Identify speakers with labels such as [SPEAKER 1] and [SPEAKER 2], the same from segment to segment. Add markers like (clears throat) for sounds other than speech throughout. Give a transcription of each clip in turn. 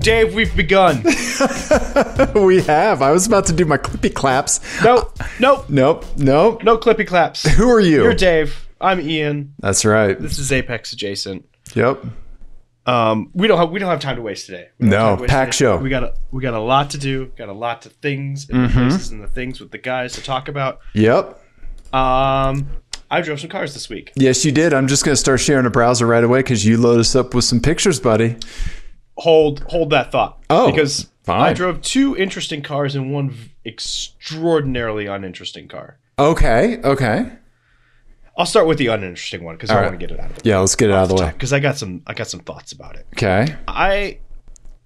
[SPEAKER 1] Dave, we've begun.
[SPEAKER 2] (laughs) we have. I was about to do my clippy claps. (laughs)
[SPEAKER 1] Nope, nope,
[SPEAKER 2] (gasps) Nope. Nope.
[SPEAKER 1] no clippy claps.
[SPEAKER 2] Who are you?
[SPEAKER 1] You're Dave. I'm Ian.
[SPEAKER 2] That's right.
[SPEAKER 1] This is Apex Adjacent.
[SPEAKER 2] Yep.
[SPEAKER 1] Um, we don't have we don't have time to waste today. We don't
[SPEAKER 2] No,
[SPEAKER 1] have time to waste
[SPEAKER 2] pack
[SPEAKER 1] today.
[SPEAKER 2] show.
[SPEAKER 1] We got a we got a lot to do. Got a lot of things and
[SPEAKER 2] Mm-hmm.
[SPEAKER 1] the places and the things with the guys to talk about.
[SPEAKER 2] Yep.
[SPEAKER 1] Um, I drove some cars this week.
[SPEAKER 2] Yes, you did. I'm just going to start sharing a browser right away because you load us up with some pictures, buddy.
[SPEAKER 1] Hold hold that thought.
[SPEAKER 2] Oh,
[SPEAKER 1] because I
[SPEAKER 2] fine.
[SPEAKER 1] drove two interesting cars and one v- extraordinarily uninteresting car.
[SPEAKER 2] Okay. Okay.
[SPEAKER 1] I'll start with the uninteresting one because I
[SPEAKER 2] right.
[SPEAKER 1] want to get it out of the
[SPEAKER 2] Yeah, let's get it out of the way.
[SPEAKER 1] because I got some I got some thoughts about it.
[SPEAKER 2] Okay. (laughs)
[SPEAKER 1] I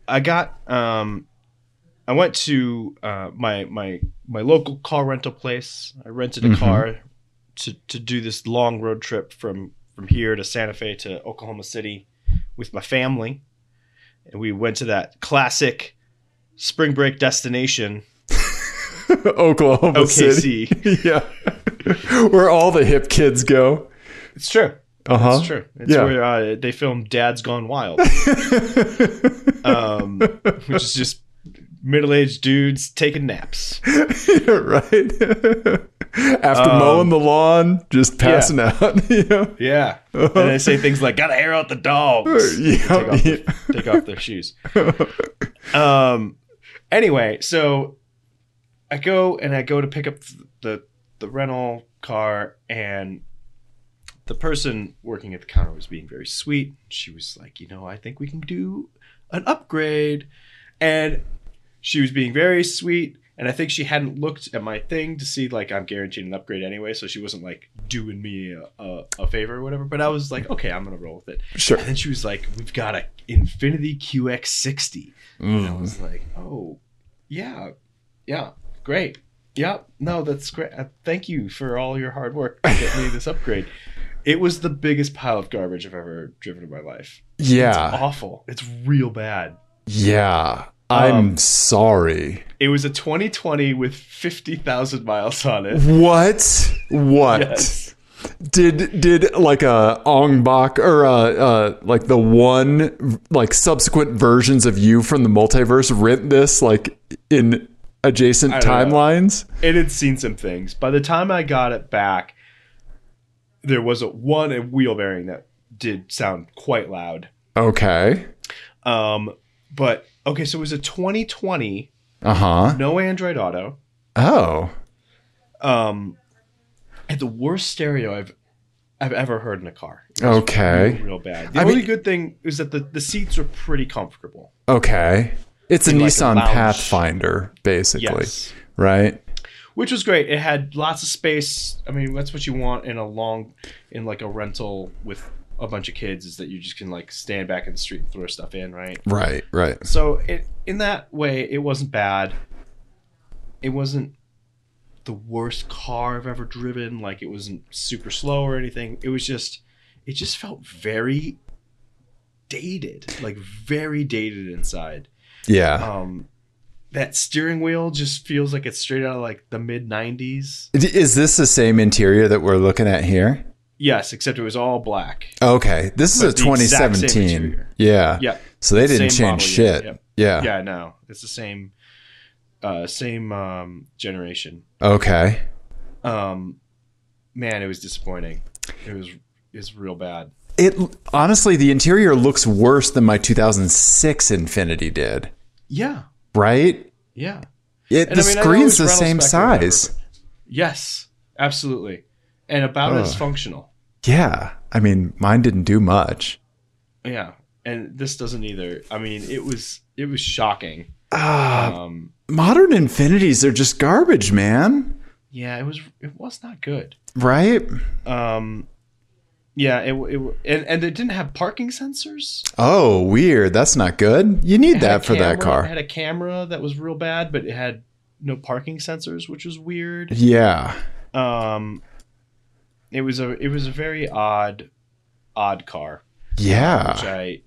[SPEAKER 1] I got um I went to uh, my my my local car rental place. I rented
[SPEAKER 2] Mm-hmm.
[SPEAKER 1] a car to to do this long road trip from from here to Santa Fe to Oklahoma City with my family, and we went to that classic spring break destination
[SPEAKER 2] Oklahoma City.
[SPEAKER 1] OKC.
[SPEAKER 2] (laughs) yeah. Where all the hip kids go.
[SPEAKER 1] It's true.
[SPEAKER 2] Uh huh.
[SPEAKER 1] It's true. It's
[SPEAKER 2] Yeah.
[SPEAKER 1] where uh, they filmed Dad's Gone
[SPEAKER 2] (laughs)
[SPEAKER 1] Wild, um, which is just middle-aged dudes taking naps.
[SPEAKER 2] right. (laughs) After
[SPEAKER 1] Um,
[SPEAKER 2] mowing the lawn, just passing out. (laughs) yeah.
[SPEAKER 1] Yeah. And they say things like, gotta air out the dogs. Take,
[SPEAKER 2] Yeah.
[SPEAKER 1] off their, take off their shoes. Um, anyway, so I go and I go to pick up the, the rental car, and the person working at the counter was being very sweet. She was like, you know, I think we can do an upgrade. And she was being very sweet. And I think she hadn't looked at my thing to see, like, I'm guaranteed an upgrade anyway. So she wasn't, like, doing me a, a, a favor or whatever. But I was like, okay, I'm going to roll with it.
[SPEAKER 2] Sure.
[SPEAKER 1] And then she was like, "We've got a Infinity QX60." And I was like, "Oh, yeah, yeah, great, yeah, no, that's great. Uh, thank you for all your hard work to get me this upgrade." It was the biggest pile of garbage I've ever driven in my life.
[SPEAKER 2] Yeah.
[SPEAKER 1] Awful. It's real bad.
[SPEAKER 2] Yeah. I'm
[SPEAKER 1] Um,
[SPEAKER 2] sorry.
[SPEAKER 1] It was a 2020 with 50,000 miles on it.
[SPEAKER 2] What? What?
[SPEAKER 1] Yes.
[SPEAKER 2] Did did like a Ong Bak or uh uh like the one like subsequent versions of you from the multiverse rent this like in adjacent
[SPEAKER 1] don't know.
[SPEAKER 2] timelines?
[SPEAKER 1] it had seen some things. By the time I got it back, there was a one a wheel bearing that did sound quite loud.
[SPEAKER 2] Okay.
[SPEAKER 1] Um, but okay, so it was a 2020,
[SPEAKER 2] Uh huh.
[SPEAKER 1] no Android Auto.
[SPEAKER 2] Oh.
[SPEAKER 1] Um, had the worst stereo I've I've ever heard in a car. It was
[SPEAKER 2] Okay.
[SPEAKER 1] real bad. The
[SPEAKER 2] I
[SPEAKER 1] only
[SPEAKER 2] mean-
[SPEAKER 1] good thing is that the, the seats were pretty comfortable.
[SPEAKER 2] Okay. It's a
[SPEAKER 1] In, like, a
[SPEAKER 2] Nissan
[SPEAKER 1] lounge.
[SPEAKER 2] Pathfinder, basically.
[SPEAKER 1] Yes,
[SPEAKER 2] Right?
[SPEAKER 1] which was great. It had lots of space. I mean, that's what you want in a long, in like a rental with a bunch of kids is that you just can like stand back in the street and throw stuff in, right?
[SPEAKER 2] Right, right.
[SPEAKER 1] So it in that way, it wasn't bad. It wasn't the worst car I've ever driven. Like it wasn't super slow or anything. It was just, it just felt very dated, like very dated inside.
[SPEAKER 2] Yeah.
[SPEAKER 1] Um, that steering wheel just feels like it's straight out of like the mid '90s.
[SPEAKER 2] Is this the same interior that we're looking at here?
[SPEAKER 1] Yes, except it was all black.
[SPEAKER 2] Okay, this is
[SPEAKER 1] But
[SPEAKER 2] a
[SPEAKER 1] the exact same
[SPEAKER 2] 2017.
[SPEAKER 1] interior.
[SPEAKER 2] Yeah.
[SPEAKER 1] Yeah,
[SPEAKER 2] So they didn't
[SPEAKER 1] Same
[SPEAKER 2] change
[SPEAKER 1] model year,
[SPEAKER 2] shit.
[SPEAKER 1] yep.
[SPEAKER 2] Yeah.
[SPEAKER 1] yeah, no, it's the same, uh, same um, generation.
[SPEAKER 2] Okay.
[SPEAKER 1] um man it was disappointing it was it's real bad
[SPEAKER 2] It honestly, the interior looks worse than my 2006 Infinity did.
[SPEAKER 1] yeah
[SPEAKER 2] Right?
[SPEAKER 1] yeah
[SPEAKER 2] It
[SPEAKER 1] And
[SPEAKER 2] the
[SPEAKER 1] I mean, I know it was
[SPEAKER 2] screen's the
[SPEAKER 1] rental
[SPEAKER 2] same
[SPEAKER 1] spec or whatever,
[SPEAKER 2] size.
[SPEAKER 1] yes absolutely and about as
[SPEAKER 2] Ugh.
[SPEAKER 1] functional
[SPEAKER 2] Yeah. I mean, mine didn't do much.
[SPEAKER 1] yeah and this doesn't either i mean it was it was shocking
[SPEAKER 2] Ah,
[SPEAKER 1] um
[SPEAKER 2] modern Infinities are just garbage, man.
[SPEAKER 1] yeah it was it was not good
[SPEAKER 2] Right?
[SPEAKER 1] um yeah it, it and and it didn't have parking sensors
[SPEAKER 2] Oh, weird. That's not good. You need
[SPEAKER 1] It had a
[SPEAKER 2] that for that
[SPEAKER 1] camera- it
[SPEAKER 2] car.
[SPEAKER 1] had a camera that was real bad but it had no parking sensors which was weird
[SPEAKER 2] Yeah.
[SPEAKER 1] um it was a it was a very odd odd car which
[SPEAKER 2] Yeah.
[SPEAKER 1] i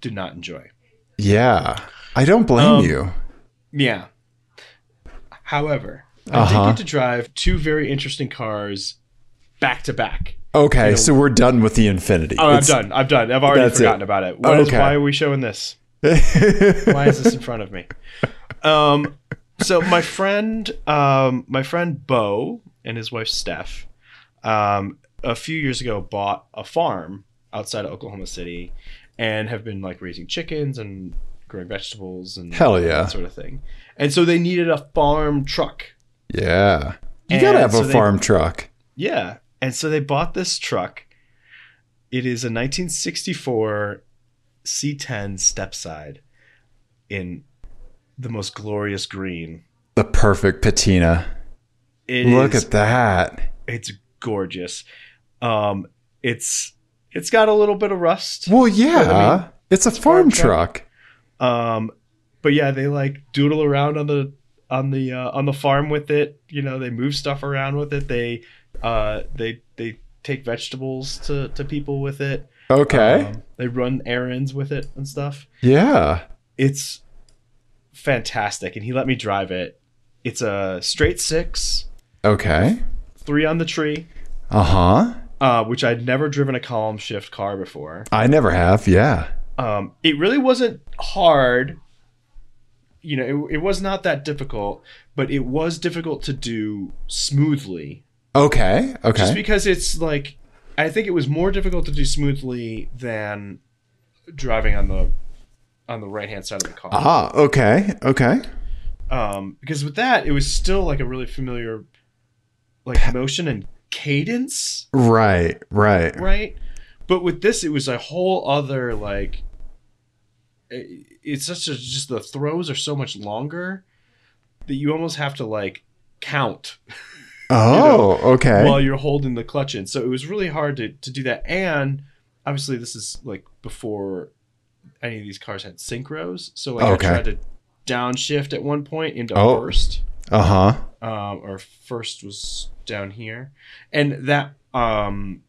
[SPEAKER 1] did not enjoy
[SPEAKER 2] Yeah. I don't blame
[SPEAKER 1] Um,
[SPEAKER 2] you.
[SPEAKER 1] yeah however i
[SPEAKER 2] Uh-huh.
[SPEAKER 1] did get to drive two very interesting cars back to back
[SPEAKER 2] Okay,
[SPEAKER 1] know-
[SPEAKER 2] so we're done with the infinity.
[SPEAKER 1] oh i'm
[SPEAKER 2] It's-
[SPEAKER 1] done i'm done i've already
[SPEAKER 2] That's it. Oh,
[SPEAKER 1] forgotten about it What is-
[SPEAKER 2] Okay.
[SPEAKER 1] why are we showing this Why is this in front of me? Um, so my friend, um, my friend Bo and his wife Steph, um, a few years ago bought a farm outside of Oklahoma City, and have been like raising chickens and growing vegetables and
[SPEAKER 2] Hell yeah.
[SPEAKER 1] that sort of thing. And so they needed a farm truck.
[SPEAKER 2] (laughs) Yeah. You
[SPEAKER 1] And
[SPEAKER 2] gotta have
[SPEAKER 1] so
[SPEAKER 2] a
[SPEAKER 1] they-
[SPEAKER 2] farm truck.
[SPEAKER 1] Yeah. And so they bought this truck. It is a 1964 C10 stepside in the most glorious green.
[SPEAKER 2] The perfect patina.
[SPEAKER 1] It is
[SPEAKER 2] Look at that.
[SPEAKER 1] it's gorgeous. Um it's it's got a little bit of rust.
[SPEAKER 2] Well, yeah.
[SPEAKER 1] I mean,
[SPEAKER 2] it's a
[SPEAKER 1] farm
[SPEAKER 2] farm,
[SPEAKER 1] truck.
[SPEAKER 2] truck.
[SPEAKER 1] Um but yeah, they like doodle around on the on the uh, on the farm with it. You know, they move stuff around with it. They uh they they take vegetables to to people with it.
[SPEAKER 2] Okay.
[SPEAKER 1] Um, they run errands with it and stuff.
[SPEAKER 2] yeah.
[SPEAKER 1] It's fantastic. And he let me drive it. It's a straight six,
[SPEAKER 2] Okay.
[SPEAKER 1] three on the tree,
[SPEAKER 2] Uh huh.
[SPEAKER 1] uh, which I'd never driven a column shift car before.
[SPEAKER 2] I never have. Yeah.
[SPEAKER 1] Um, it really wasn't hard. You know, it, it was not that difficult, but it was difficult to do smoothly
[SPEAKER 2] Okay.
[SPEAKER 1] just
[SPEAKER 2] Okay.
[SPEAKER 1] because it's like I think it was more difficult to do smoothly than driving on the on the right hand side of the car.
[SPEAKER 2] Ah. Okay. Okay.
[SPEAKER 1] um, because with that it was still like a really familiar like motion and cadence
[SPEAKER 2] Right. Right.
[SPEAKER 1] right but with this it was a whole other like i- it's such a, just the throws are so much longer that you almost have to like count
[SPEAKER 2] Oh. okay.
[SPEAKER 1] while you're holding the clutch in so it was really hard to, to do that and obviously this is like before any of these cars had synchros so like
[SPEAKER 2] Okay.
[SPEAKER 1] i tried to downshift at one point into
[SPEAKER 2] Oh.
[SPEAKER 1] first
[SPEAKER 2] uh huh.
[SPEAKER 1] um, our first was down here, and that um,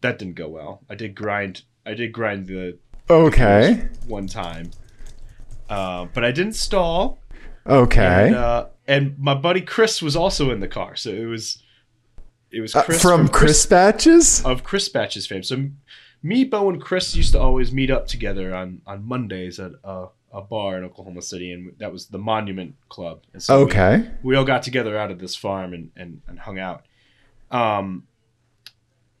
[SPEAKER 1] that didn't go well. I did grind. I did grind the
[SPEAKER 2] Okay.
[SPEAKER 1] one time, uh, but I didn't stall.
[SPEAKER 2] Okay.
[SPEAKER 1] And, uh, and my buddy Chris was also in the car, so it was it was
[SPEAKER 2] Uh,
[SPEAKER 1] Chris
[SPEAKER 2] from Chris Batches?
[SPEAKER 1] of Chris Batch's fame. So me, Bo, and Chris used to always meet up together on on Mondays at a, a bar in Oklahoma City, and that was the Monument Club. And so we-
[SPEAKER 2] Okay.
[SPEAKER 1] we all got together out of this farm and, and, and hung out. Um,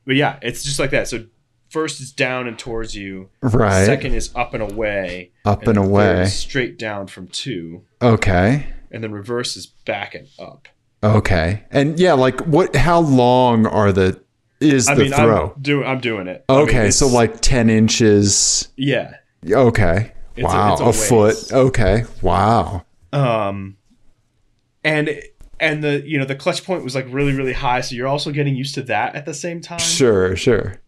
[SPEAKER 1] but yeah, it's just like that. So first is down and towards you.
[SPEAKER 2] Right.
[SPEAKER 1] Second is up and away.
[SPEAKER 2] Up and,
[SPEAKER 1] the third
[SPEAKER 2] away.
[SPEAKER 1] is straight down from two.
[SPEAKER 2] Okay.
[SPEAKER 1] And then reverse is back and up.
[SPEAKER 2] Okay. And yeah, like what? How long are the? Is
[SPEAKER 1] I
[SPEAKER 2] the
[SPEAKER 1] mean,
[SPEAKER 2] throw?
[SPEAKER 1] I'm doing I'm doing it. I mean,
[SPEAKER 2] okay, so
[SPEAKER 1] it's-
[SPEAKER 2] like ten inches.
[SPEAKER 1] yeah.
[SPEAKER 2] Okay.
[SPEAKER 1] It's a-
[SPEAKER 2] wow.
[SPEAKER 1] it's a
[SPEAKER 2] a
[SPEAKER 1] ways.
[SPEAKER 2] foot. Okay. Wow.
[SPEAKER 1] Um, and and the you know the clutch point was like really really high, so you're also getting used to that at the same time.
[SPEAKER 2] Sure. Sure.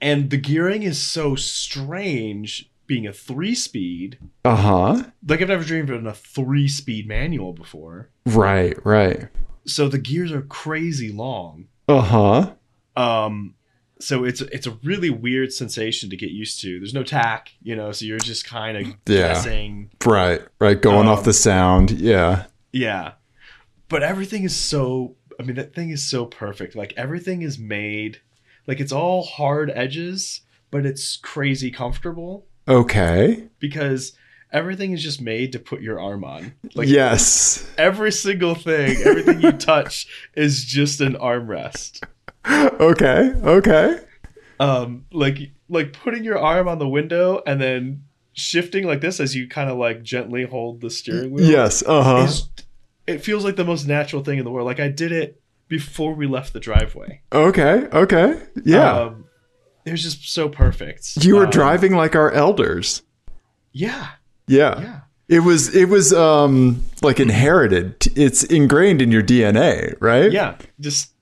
[SPEAKER 1] And the gearing is so strange, being a three speed.
[SPEAKER 2] Uh huh.
[SPEAKER 1] like I've never dreamed of a three speed manual before.
[SPEAKER 2] Right. Right.
[SPEAKER 1] So the gears are crazy long.
[SPEAKER 2] Uh huh.
[SPEAKER 1] Um so it's it's a really weird sensation to get used to. There's no tack, you know, so you're just kind of
[SPEAKER 2] Yeah.
[SPEAKER 1] guessing.
[SPEAKER 2] Right. Right. Going
[SPEAKER 1] Um,
[SPEAKER 2] off the sound. Yeah.
[SPEAKER 1] Yeah. But everything is so I mean that thing is so perfect. Like everything is made like it's all hard edges, but it's crazy comfortable
[SPEAKER 2] Okay.
[SPEAKER 1] because everything is just made to put your arm on. Like
[SPEAKER 2] yes. (laughs)
[SPEAKER 1] every single thing, everything you touch is just an armrest.
[SPEAKER 2] Okay. Okay.
[SPEAKER 1] Um, like like putting your arm on the window and then shifting like this as you kind of like gently hold the steering wheel.
[SPEAKER 2] Yes. Uh huh.
[SPEAKER 1] is- it feels like the most natural thing in the world. Like I did it before we left the driveway.
[SPEAKER 2] Okay. Okay. Yeah.
[SPEAKER 1] Um, it was just so perfect.
[SPEAKER 2] you were
[SPEAKER 1] Um,
[SPEAKER 2] driving like our elders.
[SPEAKER 1] Yeah,
[SPEAKER 2] Yeah.
[SPEAKER 1] yeah,
[SPEAKER 2] It was it was um like inherited. It's ingrained in your DNA, right?
[SPEAKER 1] yeah. Just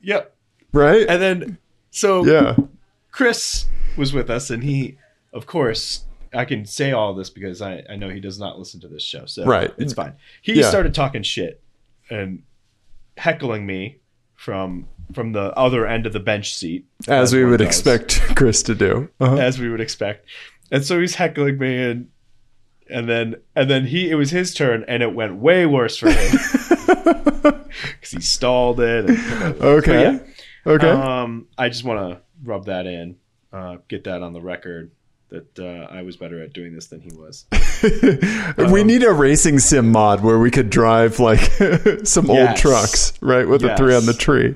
[SPEAKER 1] yep.
[SPEAKER 2] Right?
[SPEAKER 1] And then so
[SPEAKER 2] yeah.
[SPEAKER 1] Chris was with us, and he, of course, I can say all this because I, I know he does not listen to this show, so
[SPEAKER 2] Right.
[SPEAKER 1] it's fine. He
[SPEAKER 2] Yeah.
[SPEAKER 1] started talking shit and heckling me from from the other end of the bench seat,
[SPEAKER 2] As we
[SPEAKER 1] one
[SPEAKER 2] would
[SPEAKER 1] does.
[SPEAKER 2] expect (laughs) Chris to do. Uh-huh.
[SPEAKER 1] as we would expect. And so he's heckling me, and and then and then he it was his turn, and it went way worse for
[SPEAKER 2] (laughs)
[SPEAKER 1] him (laughs) because he stalled it. And,
[SPEAKER 2] okay.
[SPEAKER 1] yeah.
[SPEAKER 2] Okay.
[SPEAKER 1] Um, I just want to rub that in, uh, get that on the record. that uh, I was better at doing this than he
[SPEAKER 2] (laughs)
[SPEAKER 1] was. Um,
[SPEAKER 2] we need a racing sim mod where we could drive like (laughs) some old
[SPEAKER 1] Yes.
[SPEAKER 2] trucks, right? With a three
[SPEAKER 1] Yes.
[SPEAKER 2] on the tree.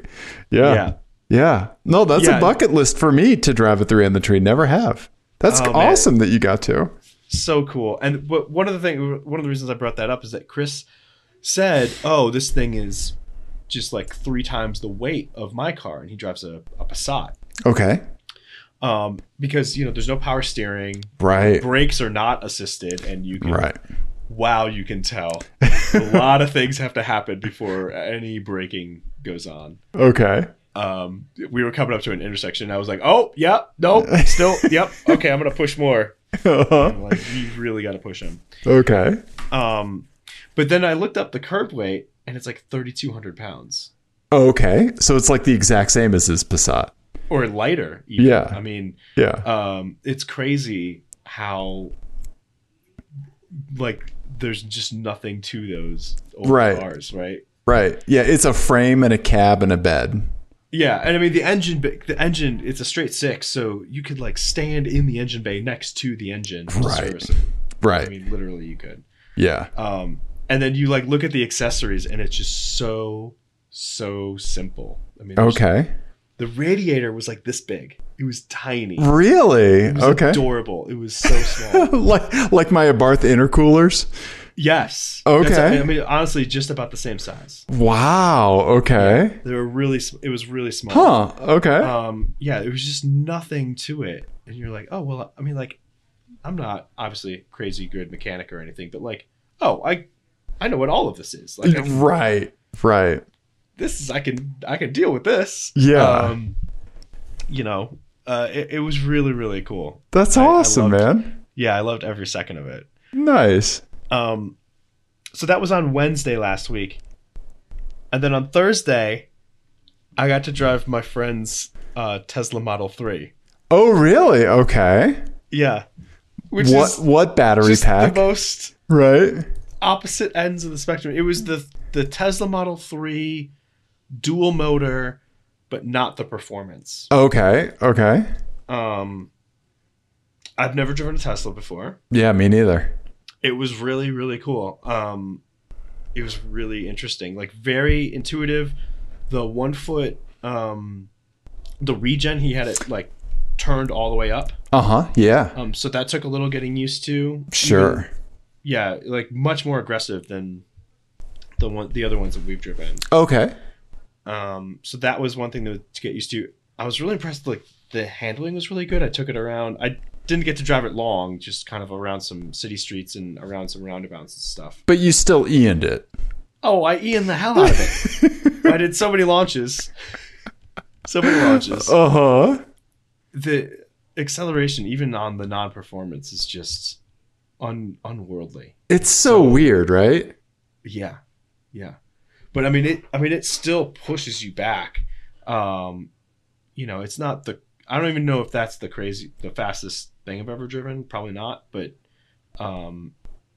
[SPEAKER 2] Yeah.
[SPEAKER 1] Yeah.
[SPEAKER 2] Yeah. No, that's
[SPEAKER 1] Yeah.
[SPEAKER 2] a bucket list for me to drive a three on the tree. Never have. That's
[SPEAKER 1] Oh, man.
[SPEAKER 2] awesome that you got to.
[SPEAKER 1] so cool. And but one of the thing, one of the reasons I brought that up is that Chris said, "Oh, this thing is just like three times the weight of my car," and he drives a, a Passat
[SPEAKER 2] Okay.
[SPEAKER 1] um, because you know there's no power steering,
[SPEAKER 2] Right.
[SPEAKER 1] brakes are not assisted, and you can
[SPEAKER 2] Right.
[SPEAKER 1] wow, you can
[SPEAKER 2] (laughs)
[SPEAKER 1] tell a lot of things have to happen before any braking goes on.
[SPEAKER 2] Okay. (laughs)
[SPEAKER 1] Um, we were coming up to an intersection, and I was like, "Oh, yeah, nope,
[SPEAKER 2] (laughs)
[SPEAKER 1] still, yep, okay, I'm gonna push more."
[SPEAKER 2] Uh-huh.
[SPEAKER 1] I'm like, you really got to push him.
[SPEAKER 2] okay.
[SPEAKER 1] Um, but then I looked up the curb weight, and it's like 3,200 pounds
[SPEAKER 2] Oh, Okay. So it's like the exact same as his Passat.
[SPEAKER 1] or lighter. Even.
[SPEAKER 2] Yeah.
[SPEAKER 1] I mean,
[SPEAKER 2] Yeah.
[SPEAKER 1] um, it's crazy how like there's just nothing to those old
[SPEAKER 2] Right.
[SPEAKER 1] cars, right?
[SPEAKER 2] Right. Yeah. It's a frame and a cab and a bed.
[SPEAKER 1] Yeah, and I mean the engine, ba- the engine, it's a straight six, so you could like stand in the engine bay next to the engine. to
[SPEAKER 2] Right.
[SPEAKER 1] service it. I
[SPEAKER 2] Right.
[SPEAKER 1] mean, literally, you could.
[SPEAKER 2] yeah.
[SPEAKER 1] Um, and then you like look at the accessories, and it's just so so simple. I mean, there's
[SPEAKER 2] Okay.
[SPEAKER 1] The radiator was like this big. It was tiny.
[SPEAKER 2] Uh,
[SPEAKER 1] It
[SPEAKER 2] Really?
[SPEAKER 1] was
[SPEAKER 2] Okay.
[SPEAKER 1] adorable. It was so small.
[SPEAKER 2] (laughs) like like my Abarth intercoolers.
[SPEAKER 1] yes.
[SPEAKER 2] Okay.
[SPEAKER 1] That's- I mean, honestly, just about the same size.
[SPEAKER 2] Wow. Okay.
[SPEAKER 1] They were really. sm- It was really small.
[SPEAKER 2] Huh. Okay.
[SPEAKER 1] Um. Yeah. It was just nothing to it, and you're like, oh well. I mean, like, I'm not obviously a crazy good mechanic or anything, but like, oh, I, I know what all of this is. Like, I can-
[SPEAKER 2] right. Right.
[SPEAKER 1] this is I can I can deal with this.
[SPEAKER 2] Yeah.
[SPEAKER 1] Um. You know, uh, it, it was really really cool.
[SPEAKER 2] That's
[SPEAKER 1] I- I
[SPEAKER 2] awesome,
[SPEAKER 1] loved-
[SPEAKER 2] man.
[SPEAKER 1] Yeah, I loved every second of it.
[SPEAKER 2] Nice.
[SPEAKER 1] Um, so that was on Wednesday last week, and then on Thursday, I got to drive my friend's uh, Tesla Model Three.
[SPEAKER 2] Oh, really? Okay.
[SPEAKER 1] Yeah, which
[SPEAKER 2] What
[SPEAKER 1] is
[SPEAKER 2] what battery
[SPEAKER 1] just the
[SPEAKER 2] pack?
[SPEAKER 1] most
[SPEAKER 2] right.
[SPEAKER 1] opposite ends of the spectrum. It was the the Tesla Model Three dual motor, but not the performance.
[SPEAKER 2] Okay. Okay.
[SPEAKER 1] Um, I've never driven a Tesla before.
[SPEAKER 2] Yeah. Me neither.
[SPEAKER 1] it was really really cool um it was really interesting like very intuitive the one foot um the regen he had it like turned all the way up
[SPEAKER 2] Uh huh. Yeah.
[SPEAKER 1] um so that took a little getting used to Even-
[SPEAKER 2] Sure.
[SPEAKER 1] yeah like much more aggressive than the one the other ones that we've driven
[SPEAKER 2] Okay.
[SPEAKER 1] um so that was one thing to, to get used to i was really impressed like the handling was really good i took it around i didn't get to drive it long just kind of around some city streets and around some roundabouts and stuff
[SPEAKER 2] But you still Ian'd it.
[SPEAKER 1] Oh, I Ian the hell out of it. I did so many launches. So many
[SPEAKER 2] (laughs)
[SPEAKER 1] launches.
[SPEAKER 2] Uh huh.
[SPEAKER 1] The acceleration, even on the non performance, is just un- unworldly.
[SPEAKER 2] It's so weird, right?
[SPEAKER 1] Yeah. Yeah. But I mean it I mean it still pushes you back. Um you know, it's not the I don't even know if that's the crazy the fastest thing I've ever driven, probably not, but um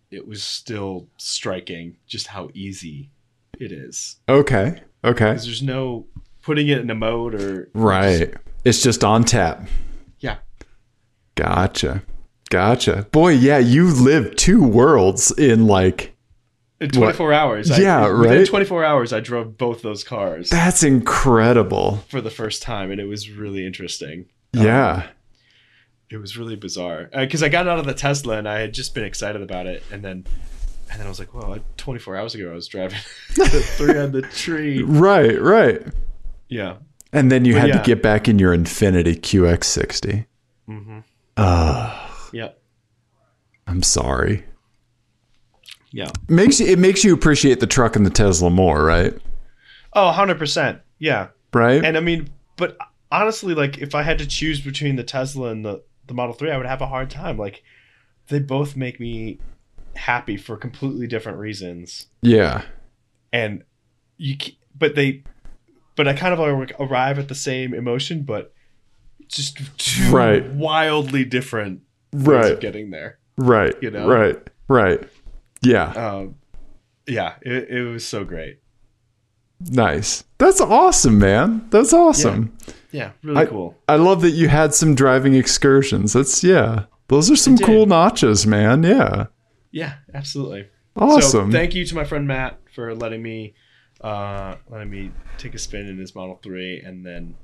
[SPEAKER 1] it was still striking just how easy it is.
[SPEAKER 2] Okay. Okay.
[SPEAKER 1] 'Cause there's no putting it in a mode or
[SPEAKER 2] Right. It's just on tap.
[SPEAKER 1] Yeah.
[SPEAKER 2] Gotcha. Gotcha. Boy, yeah, you live two worlds in like
[SPEAKER 1] in 24 hours.
[SPEAKER 2] Yeah,
[SPEAKER 1] I, within
[SPEAKER 2] right?
[SPEAKER 1] 24 hours, I drove both those cars
[SPEAKER 2] that's incredible.
[SPEAKER 1] for the first time, and it was really interesting.
[SPEAKER 2] Yeah.
[SPEAKER 1] It was really bizarre because I got out of the Tesla and I had just been excited about it, and then and then I was like, "Well, 24 hours ago, I was driving (laughs) the three on the tree."
[SPEAKER 2] Right, right.
[SPEAKER 1] Yeah,
[SPEAKER 2] And then you had
[SPEAKER 1] yeah.
[SPEAKER 2] to get back in your Infinity QX60.
[SPEAKER 1] Mm-hmm. yeah,
[SPEAKER 2] I'm sorry.
[SPEAKER 1] yeah.
[SPEAKER 2] Makes you, it makes you appreciate the truck and the Tesla more, right?
[SPEAKER 1] Oh, 100 percent. Yeah,
[SPEAKER 2] Right?
[SPEAKER 1] and I mean, but honestly, like if I had to choose between the Tesla and the the Model Three, I would have a hard time. Like they both make me happy for completely different reasons,
[SPEAKER 2] yeah.
[SPEAKER 1] and you. c- But they, but I kind of ar- arrive at the same emotion, but just two
[SPEAKER 2] Right.
[SPEAKER 1] wildly different ways of
[SPEAKER 2] Right.
[SPEAKER 1] getting there.
[SPEAKER 2] Right.
[SPEAKER 1] you know?
[SPEAKER 2] Right. Right. Yeah.
[SPEAKER 1] Um, yeah, it, it was so great.
[SPEAKER 2] nice. That's awesome, man. That's awesome.
[SPEAKER 1] Yeah, really
[SPEAKER 2] I-
[SPEAKER 1] cool.
[SPEAKER 2] I love that you had some driving excursions. That's yeah. Those are some
[SPEAKER 1] did.
[SPEAKER 2] cool notches, man. Yeah.
[SPEAKER 1] Yeah, absolutely.
[SPEAKER 2] Awesome.
[SPEAKER 1] So thank you to my friend Matt for letting me uh letting me take a spin in his Model 3 and then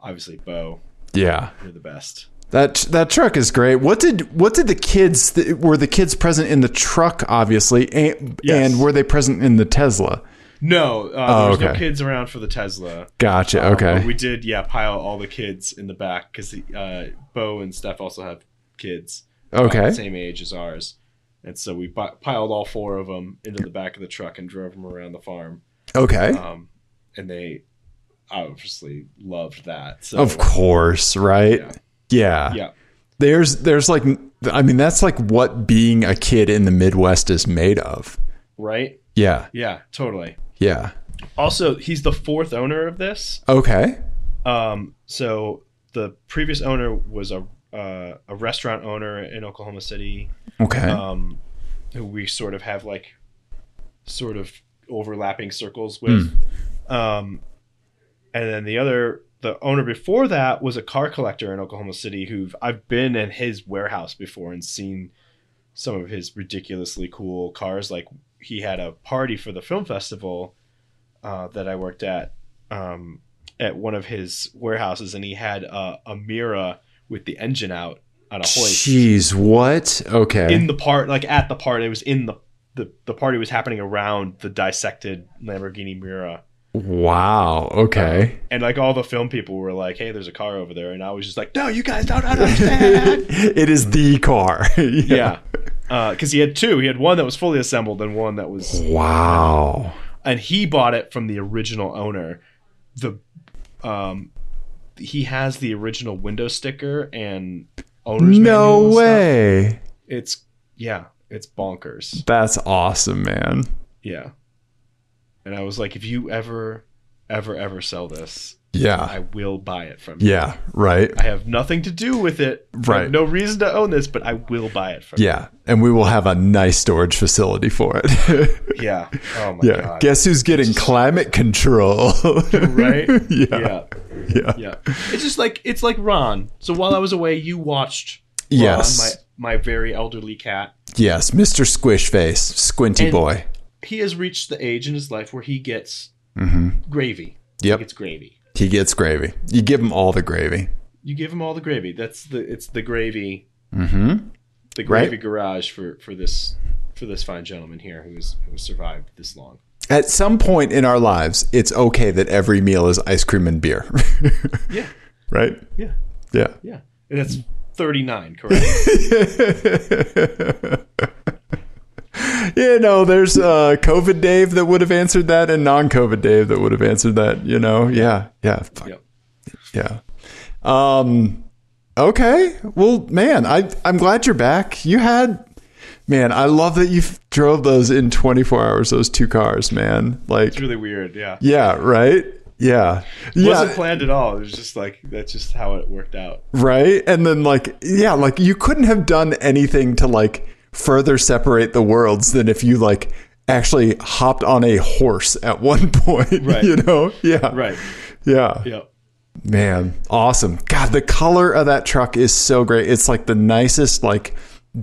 [SPEAKER 1] obviously Bo,
[SPEAKER 2] yeah.
[SPEAKER 1] you're the best.
[SPEAKER 2] That that truck is great. What did what did the kids were the kids present in the truck obviously and,
[SPEAKER 1] Yes.
[SPEAKER 2] and were they present in the Tesla?
[SPEAKER 1] No, uh,
[SPEAKER 2] Oh,
[SPEAKER 1] there was
[SPEAKER 2] okay.
[SPEAKER 1] no kids around for the Tesla.
[SPEAKER 2] Gotcha.
[SPEAKER 1] Um,
[SPEAKER 2] okay.
[SPEAKER 1] but we did, yeah, pile all the kids in the back because uh, Bo and Steph also have kids. about
[SPEAKER 2] okay.
[SPEAKER 1] the same age as ours. And so we pi- piled all four of them into the back of the truck and drove them around the farm.
[SPEAKER 2] Okay.
[SPEAKER 1] Um, and they obviously loved that. So,
[SPEAKER 2] of course, right?
[SPEAKER 1] Yeah.
[SPEAKER 2] Yeah.
[SPEAKER 1] yeah,
[SPEAKER 2] There's there's like I mean that's like what being a kid in the Midwest is made of.
[SPEAKER 1] right?
[SPEAKER 2] Yeah.
[SPEAKER 1] Yeah, totally.
[SPEAKER 2] Yeah.
[SPEAKER 1] Also, he's the fourth owner of this.
[SPEAKER 2] Okay.
[SPEAKER 1] Um, so the previous owner was a uh, a restaurant owner in Oklahoma City.
[SPEAKER 2] Okay.
[SPEAKER 1] Um, who we sort of have like sort of overlapping circles with. Um, and then the other, the owner before that was a car collector in Oklahoma City who I've been in his warehouse before and seen some of his ridiculously cool cars. Like he had a party for the film festival uh, that I worked at um, at one of his warehouses, and he had uh, a Mira with the engine out on a hoist
[SPEAKER 2] Jeez, what? Okay.
[SPEAKER 1] in the part like at the part it was in the the, the party was happening around the dissected Lamborghini Mira.
[SPEAKER 2] wow.
[SPEAKER 1] (laughs)
[SPEAKER 2] Okay.
[SPEAKER 1] And like all the film people were like, hey, there's a car over there. And I was just like, no, you guys don't
[SPEAKER 2] (laughs)
[SPEAKER 1] understand.
[SPEAKER 2] it is the car. (laughs)
[SPEAKER 1] yeah. Because he had two. He had one that was fully assembled and one that was.
[SPEAKER 2] Wow.
[SPEAKER 1] And he bought it from the original owner. The um, He has the original window sticker and owner's manual
[SPEAKER 2] No
[SPEAKER 1] and stuff.
[SPEAKER 2] way.
[SPEAKER 1] It's, yeah, it's bonkers.
[SPEAKER 2] That's awesome, man.
[SPEAKER 1] Yeah. And I was like, if you ever, ever, ever sell this,
[SPEAKER 2] Yeah.
[SPEAKER 1] I will buy it from you.
[SPEAKER 2] Yeah. Right.
[SPEAKER 1] I have nothing to do with it. I have
[SPEAKER 2] Right.
[SPEAKER 1] no reason to own this, but I will buy it from
[SPEAKER 2] Yeah. And we will have a nice storage facility for it.
[SPEAKER 1] you. Yeah. Oh my
[SPEAKER 2] (laughs) yeah.
[SPEAKER 1] god.
[SPEAKER 2] Guess who's getting climate control?
[SPEAKER 1] (laughs) right?
[SPEAKER 2] (laughs) yeah.
[SPEAKER 1] Yeah.
[SPEAKER 2] Yeah.
[SPEAKER 1] Yeah. It's just like it's like Ron. So while I was away, you watched Ron,
[SPEAKER 2] Yes.
[SPEAKER 1] my my very elderly cat.
[SPEAKER 2] Yes. Mr. Squishface, Squinty
[SPEAKER 1] And-
[SPEAKER 2] Boy.
[SPEAKER 1] He has reached the age in his life where he gets
[SPEAKER 2] Mhm.
[SPEAKER 1] gravy.
[SPEAKER 2] Yep.
[SPEAKER 1] He gets gravy.
[SPEAKER 2] He gets gravy. You give him all the gravy.
[SPEAKER 1] You give him all the gravy. That's the it's the gravy
[SPEAKER 2] Mm-hmm.
[SPEAKER 1] the
[SPEAKER 2] Right.
[SPEAKER 1] gravy garage for for this for this fine gentleman here who's who has survived this long.
[SPEAKER 2] At some point in our lives, it's okay that every meal is ice cream and beer. (laughs)
[SPEAKER 1] Yeah,
[SPEAKER 2] right?
[SPEAKER 1] yeah,
[SPEAKER 2] Yeah.
[SPEAKER 1] yeah. And that's thirty nine, correct?
[SPEAKER 2] (laughs) you know, there's uh, COVID Dave that would have answered that, and non-COVID Dave that would have answered that. You know, yeah, yeah, fuck,
[SPEAKER 1] yep.
[SPEAKER 2] yeah. Um, okay, well, man, I I'm glad you're back. You had, man, I love that you f- drove those in 24 hours. Those two cars, man. Like,
[SPEAKER 1] It's really weird. Yeah.
[SPEAKER 2] yeah, right. Yeah. (laughs) Yeah.
[SPEAKER 1] Wasn't planned at all. It was just like that's just how it worked out.
[SPEAKER 2] right and then like yeah like you couldn't have done anything to like further separate the worlds than if you like actually hopped on a horse at one (laughs) point
[SPEAKER 1] Right.
[SPEAKER 2] you know yeah
[SPEAKER 1] Right.
[SPEAKER 2] yeah
[SPEAKER 1] Yep.
[SPEAKER 2] man awesome god the color of that truck is so great it's like the nicest like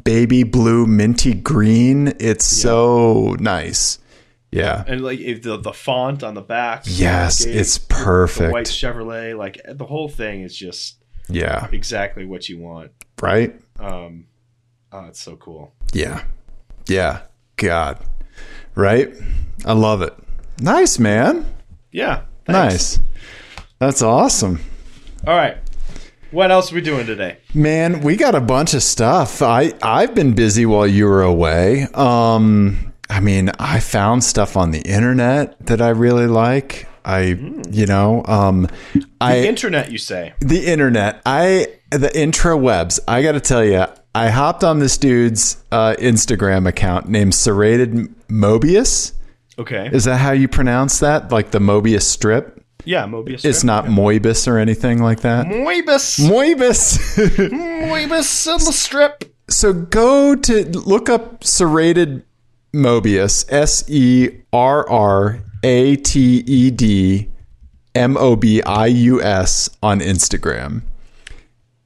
[SPEAKER 2] baby blue minty green it's so nice yeah
[SPEAKER 1] And like if the the font on the back.
[SPEAKER 2] yes
[SPEAKER 1] the gate,
[SPEAKER 2] it's
[SPEAKER 1] the white
[SPEAKER 2] perfect
[SPEAKER 1] Chevrolet. Like the whole thing is just
[SPEAKER 2] yeah
[SPEAKER 1] exactly what you want.
[SPEAKER 2] right
[SPEAKER 1] Um, oh, it's so cool.
[SPEAKER 2] Yeah. Yeah. God. Right? I love it. Nice, man.
[SPEAKER 1] Yeah. Thanks.
[SPEAKER 2] Nice. That's awesome.
[SPEAKER 1] All right. What else are we doing today?
[SPEAKER 2] Man, we got a bunch of stuff. I I've been busy while you were away. Um I mean, I found stuff on the internet that I really like. I you know, um I
[SPEAKER 1] Internet, you say?
[SPEAKER 2] the internet i the intrawebs i gotta tell you i hopped on this dude's uh, instagram account named serrated M- mobius
[SPEAKER 1] Okay.
[SPEAKER 2] is that how you pronounce that like the mobius strip
[SPEAKER 1] Yeah, Mm-hmm. Mobius.
[SPEAKER 2] it's not moibus or anything like that
[SPEAKER 1] Moibus.
[SPEAKER 2] moibus
[SPEAKER 1] Mm-hmm. Moibus on the strip.
[SPEAKER 2] (laughs) so go to look up serrated E mobius E s-e-r-r-a-t-e-d m-o-b-i-u-s on instagram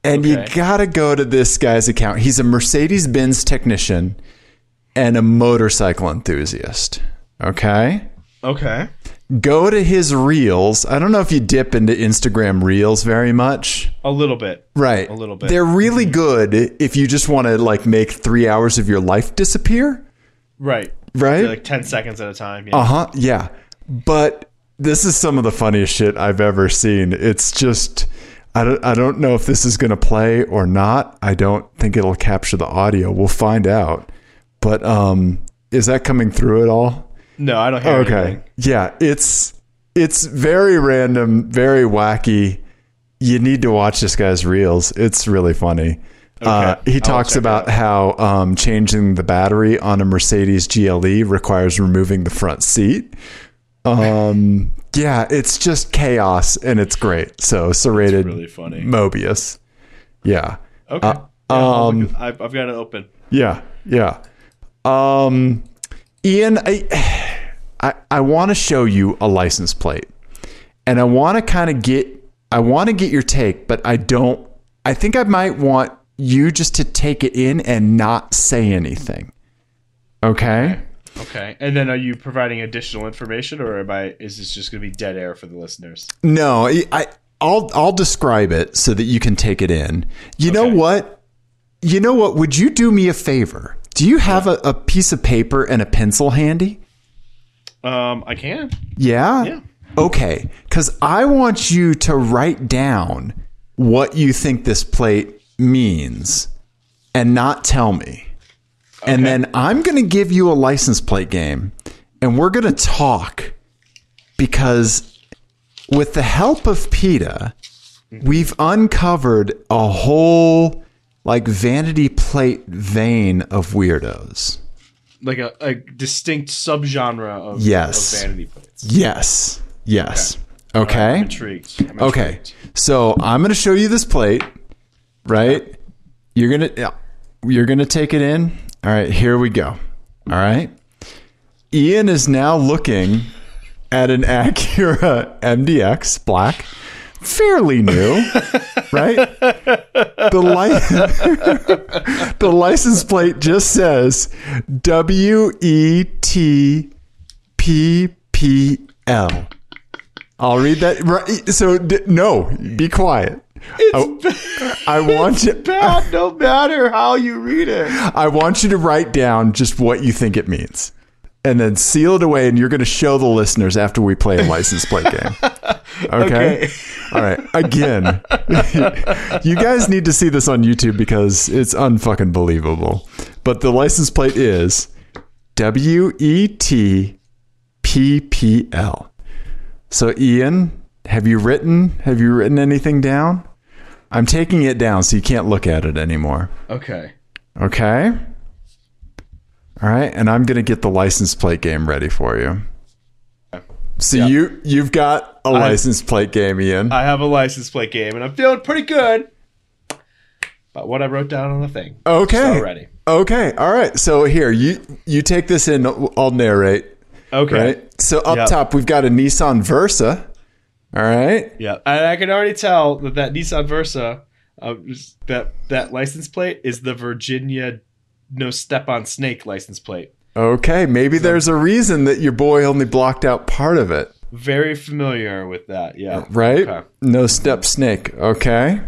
[SPEAKER 2] And
[SPEAKER 1] Okay.
[SPEAKER 2] you got to go to this guy's account. He's a Mercedes Benz technician and a motorcycle enthusiast. Okay.
[SPEAKER 1] Okay.
[SPEAKER 2] Go to his reels. I don't know if you dip into Instagram reels very much.
[SPEAKER 1] A little bit.
[SPEAKER 2] Right. A
[SPEAKER 1] little bit. Mm-hmm.
[SPEAKER 2] They're really good if you just want to like make three hours of your life disappear.
[SPEAKER 1] Right.
[SPEAKER 2] Right.
[SPEAKER 1] Like 10 seconds at a time. Yeah.
[SPEAKER 2] Uh huh. Yeah. But this is some of the funniest shit I've ever seen. It's just, I don't, I don't know if this is going to play or not. I don't think it'll capture the audio. We'll find out. But um, is that coming through at all?
[SPEAKER 1] No, I don't hear
[SPEAKER 2] Oh, Okay.
[SPEAKER 1] anything.
[SPEAKER 2] Yeah. It's, it's very random, very wacky. You need to watch this guy's reels. It's really funny. Uh,
[SPEAKER 1] Okay.
[SPEAKER 2] he
[SPEAKER 1] I'll
[SPEAKER 2] talks
[SPEAKER 1] check it
[SPEAKER 2] about how um, changing the battery on a Mercedes GLE requires removing the front seat. Um, yeah, it's just chaos and it's great. So, serrated
[SPEAKER 1] Really funny.
[SPEAKER 2] Mobius. Yeah.
[SPEAKER 1] Okay. Yeah, I'll
[SPEAKER 2] um,
[SPEAKER 1] look at- I've, I've got it open.
[SPEAKER 2] Yeah, yeah. Um, Ian, I, I, I want to show you a license plate, and I want to kind of get, I want to get your take, but I don't. I think I might want you just to take it in and not say anything. Okay.
[SPEAKER 1] Okay. And then are you providing additional information or am I, is this just going to be dead air for the listeners?
[SPEAKER 2] No, I, I I'll I'll describe it so that you can take it in. You know
[SPEAKER 1] Okay.
[SPEAKER 2] what? You know what? Would you do me a favor? Do you have a, a piece of paper and a pencil handy?
[SPEAKER 1] Um, I can.
[SPEAKER 2] Yeah?
[SPEAKER 1] Yeah.
[SPEAKER 2] Okay. Because I want you to write down what you think this plate means and not tell me. And then I'm going to give you a license plate game and we're going to talk because with the help of PETA, we've uncovered a whole like vanity plate vein of weirdos.
[SPEAKER 1] Like a, a distinct subgenre of,
[SPEAKER 2] Yes.
[SPEAKER 1] of vanity plates.
[SPEAKER 2] Yes. Yes.
[SPEAKER 1] I'm
[SPEAKER 2] Okay.
[SPEAKER 1] intrigued. I'm
[SPEAKER 2] Okay.
[SPEAKER 1] intrigued.
[SPEAKER 2] So I'm gonna show you this plate, right? You're gonna yeah, you're gonna take it in. All right, here we go. All right. Ian is now looking at an (laughs) Acura MDX black, fairly new, right? The li- (laughs) the license plate just says W E T P P L. I'll read that. Right. So d- no, be quiet.
[SPEAKER 1] (laughs)
[SPEAKER 2] I, I want you.
[SPEAKER 1] Bad, no matter how you read it.
[SPEAKER 2] I want you to write down just what you think it means, and then seal it away. And you're going to show the listeners after we play a license plate game. Okay.
[SPEAKER 1] Okay.
[SPEAKER 2] All right. Again, (laughs) you guys need to see this on YouTube because it's unfucking believable. But the license plate is W E T P P L. So Ian, have you written? Have you written anything down? I'm taking it down so you can't look at it anymore.
[SPEAKER 1] Okay.
[SPEAKER 2] Okay. All right, and I'm gonna get the license plate game ready for you. So you you've got a license plate game, Ian.
[SPEAKER 1] I have a license plate game and I'm feeling pretty good about what I wrote down on the thing.
[SPEAKER 2] okay.
[SPEAKER 1] Already.
[SPEAKER 2] Okay. All right. So here you you take this in. I'll narrate.
[SPEAKER 1] Okay.
[SPEAKER 2] Right. So up
[SPEAKER 1] Yep.
[SPEAKER 2] top we've got a Nissan Versa. All right.
[SPEAKER 1] Yeah. And I can already tell that that Nissan Versa, uh, is- that that license plate is the Virginia no step on snake license plate.
[SPEAKER 2] Okay. Maybe there's a reason that your boy only blocked out part of it.
[SPEAKER 1] Very familiar with that. Yeah.
[SPEAKER 2] Right?
[SPEAKER 1] Okay.
[SPEAKER 2] No step snake. Okay.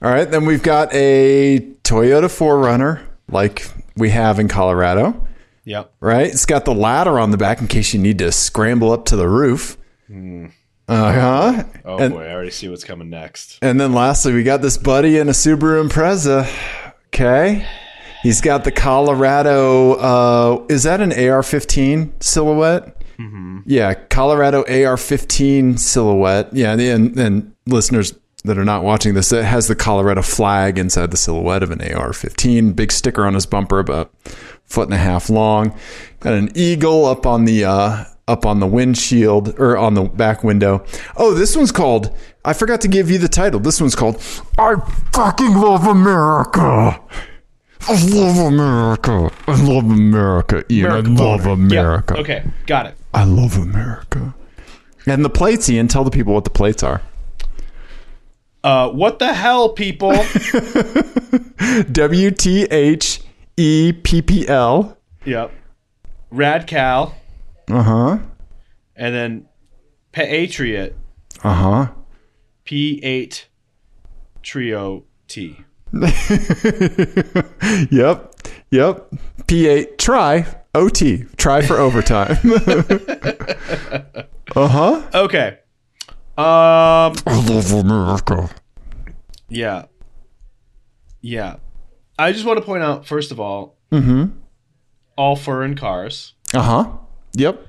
[SPEAKER 2] All right. Then we've got a Toyota 4Runner like we have in Colorado,
[SPEAKER 1] Yep.
[SPEAKER 2] right? It's got the ladder on the back in case you need to scramble up to the roof. Uh huh.
[SPEAKER 1] Oh
[SPEAKER 2] and,
[SPEAKER 1] boy, I already see what's coming next.
[SPEAKER 2] and then lastly, we got this buddy in a Subaru Impreza. Okay. He's got the Colorado, uh, is that an AR 15 silhouette? Yeah, Colorado AR 15 silhouette. Yeah, and, and listeners that are not watching this, it has the Colorado flag inside the silhouette of an AR 15. Big sticker on his bumper, about foot and a half long. Got an eagle up on the. Uh, up on the windshield or on the back window. Oh, this one's called. I forgot to give you the title. This one's called I fucking love America. I love America. I love America. Ian. I
[SPEAKER 1] America
[SPEAKER 2] love
[SPEAKER 1] Yeah.
[SPEAKER 2] America.
[SPEAKER 1] Okay. Got it.
[SPEAKER 2] I love America. And the plates, Ian, tell the people what the plates are.
[SPEAKER 1] Uh, what the hell, people?
[SPEAKER 2] (laughs) W T H E P P L.
[SPEAKER 1] yep. Rad Cal,
[SPEAKER 2] Uh huh.
[SPEAKER 1] and then Patriot,
[SPEAKER 2] Uh huh.
[SPEAKER 1] P8 Trio T.
[SPEAKER 2] (laughs) Yep. Yep. P eight. Try O T. Try for overtime. (laughs) uh huh.
[SPEAKER 1] Okay. Um,
[SPEAKER 2] I love America.
[SPEAKER 1] Yeah. Yeah. I just want to point out, first of all,
[SPEAKER 2] Mm-hmm.
[SPEAKER 1] all foreign cars.
[SPEAKER 2] Uh huh. Yep.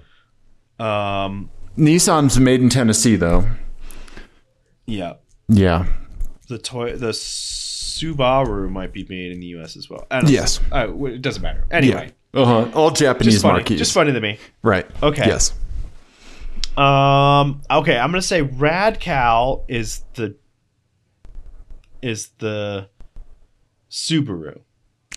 [SPEAKER 1] Um,
[SPEAKER 2] Nissan's made in Tennessee though.
[SPEAKER 1] yeah.
[SPEAKER 2] Yeah.
[SPEAKER 1] The toy, the Subaru might be made in the U.S. as well. I don't
[SPEAKER 2] Yes.
[SPEAKER 1] Know. Uh, w- it doesn't matter. Anyway,
[SPEAKER 2] Uh huh. All Japanese
[SPEAKER 1] just funny.
[SPEAKER 2] marquees.
[SPEAKER 1] Just funny to me.
[SPEAKER 2] right.
[SPEAKER 1] Okay.
[SPEAKER 2] Yes.
[SPEAKER 1] Um, okay, I'm gonna say Radcal is the is the Subaru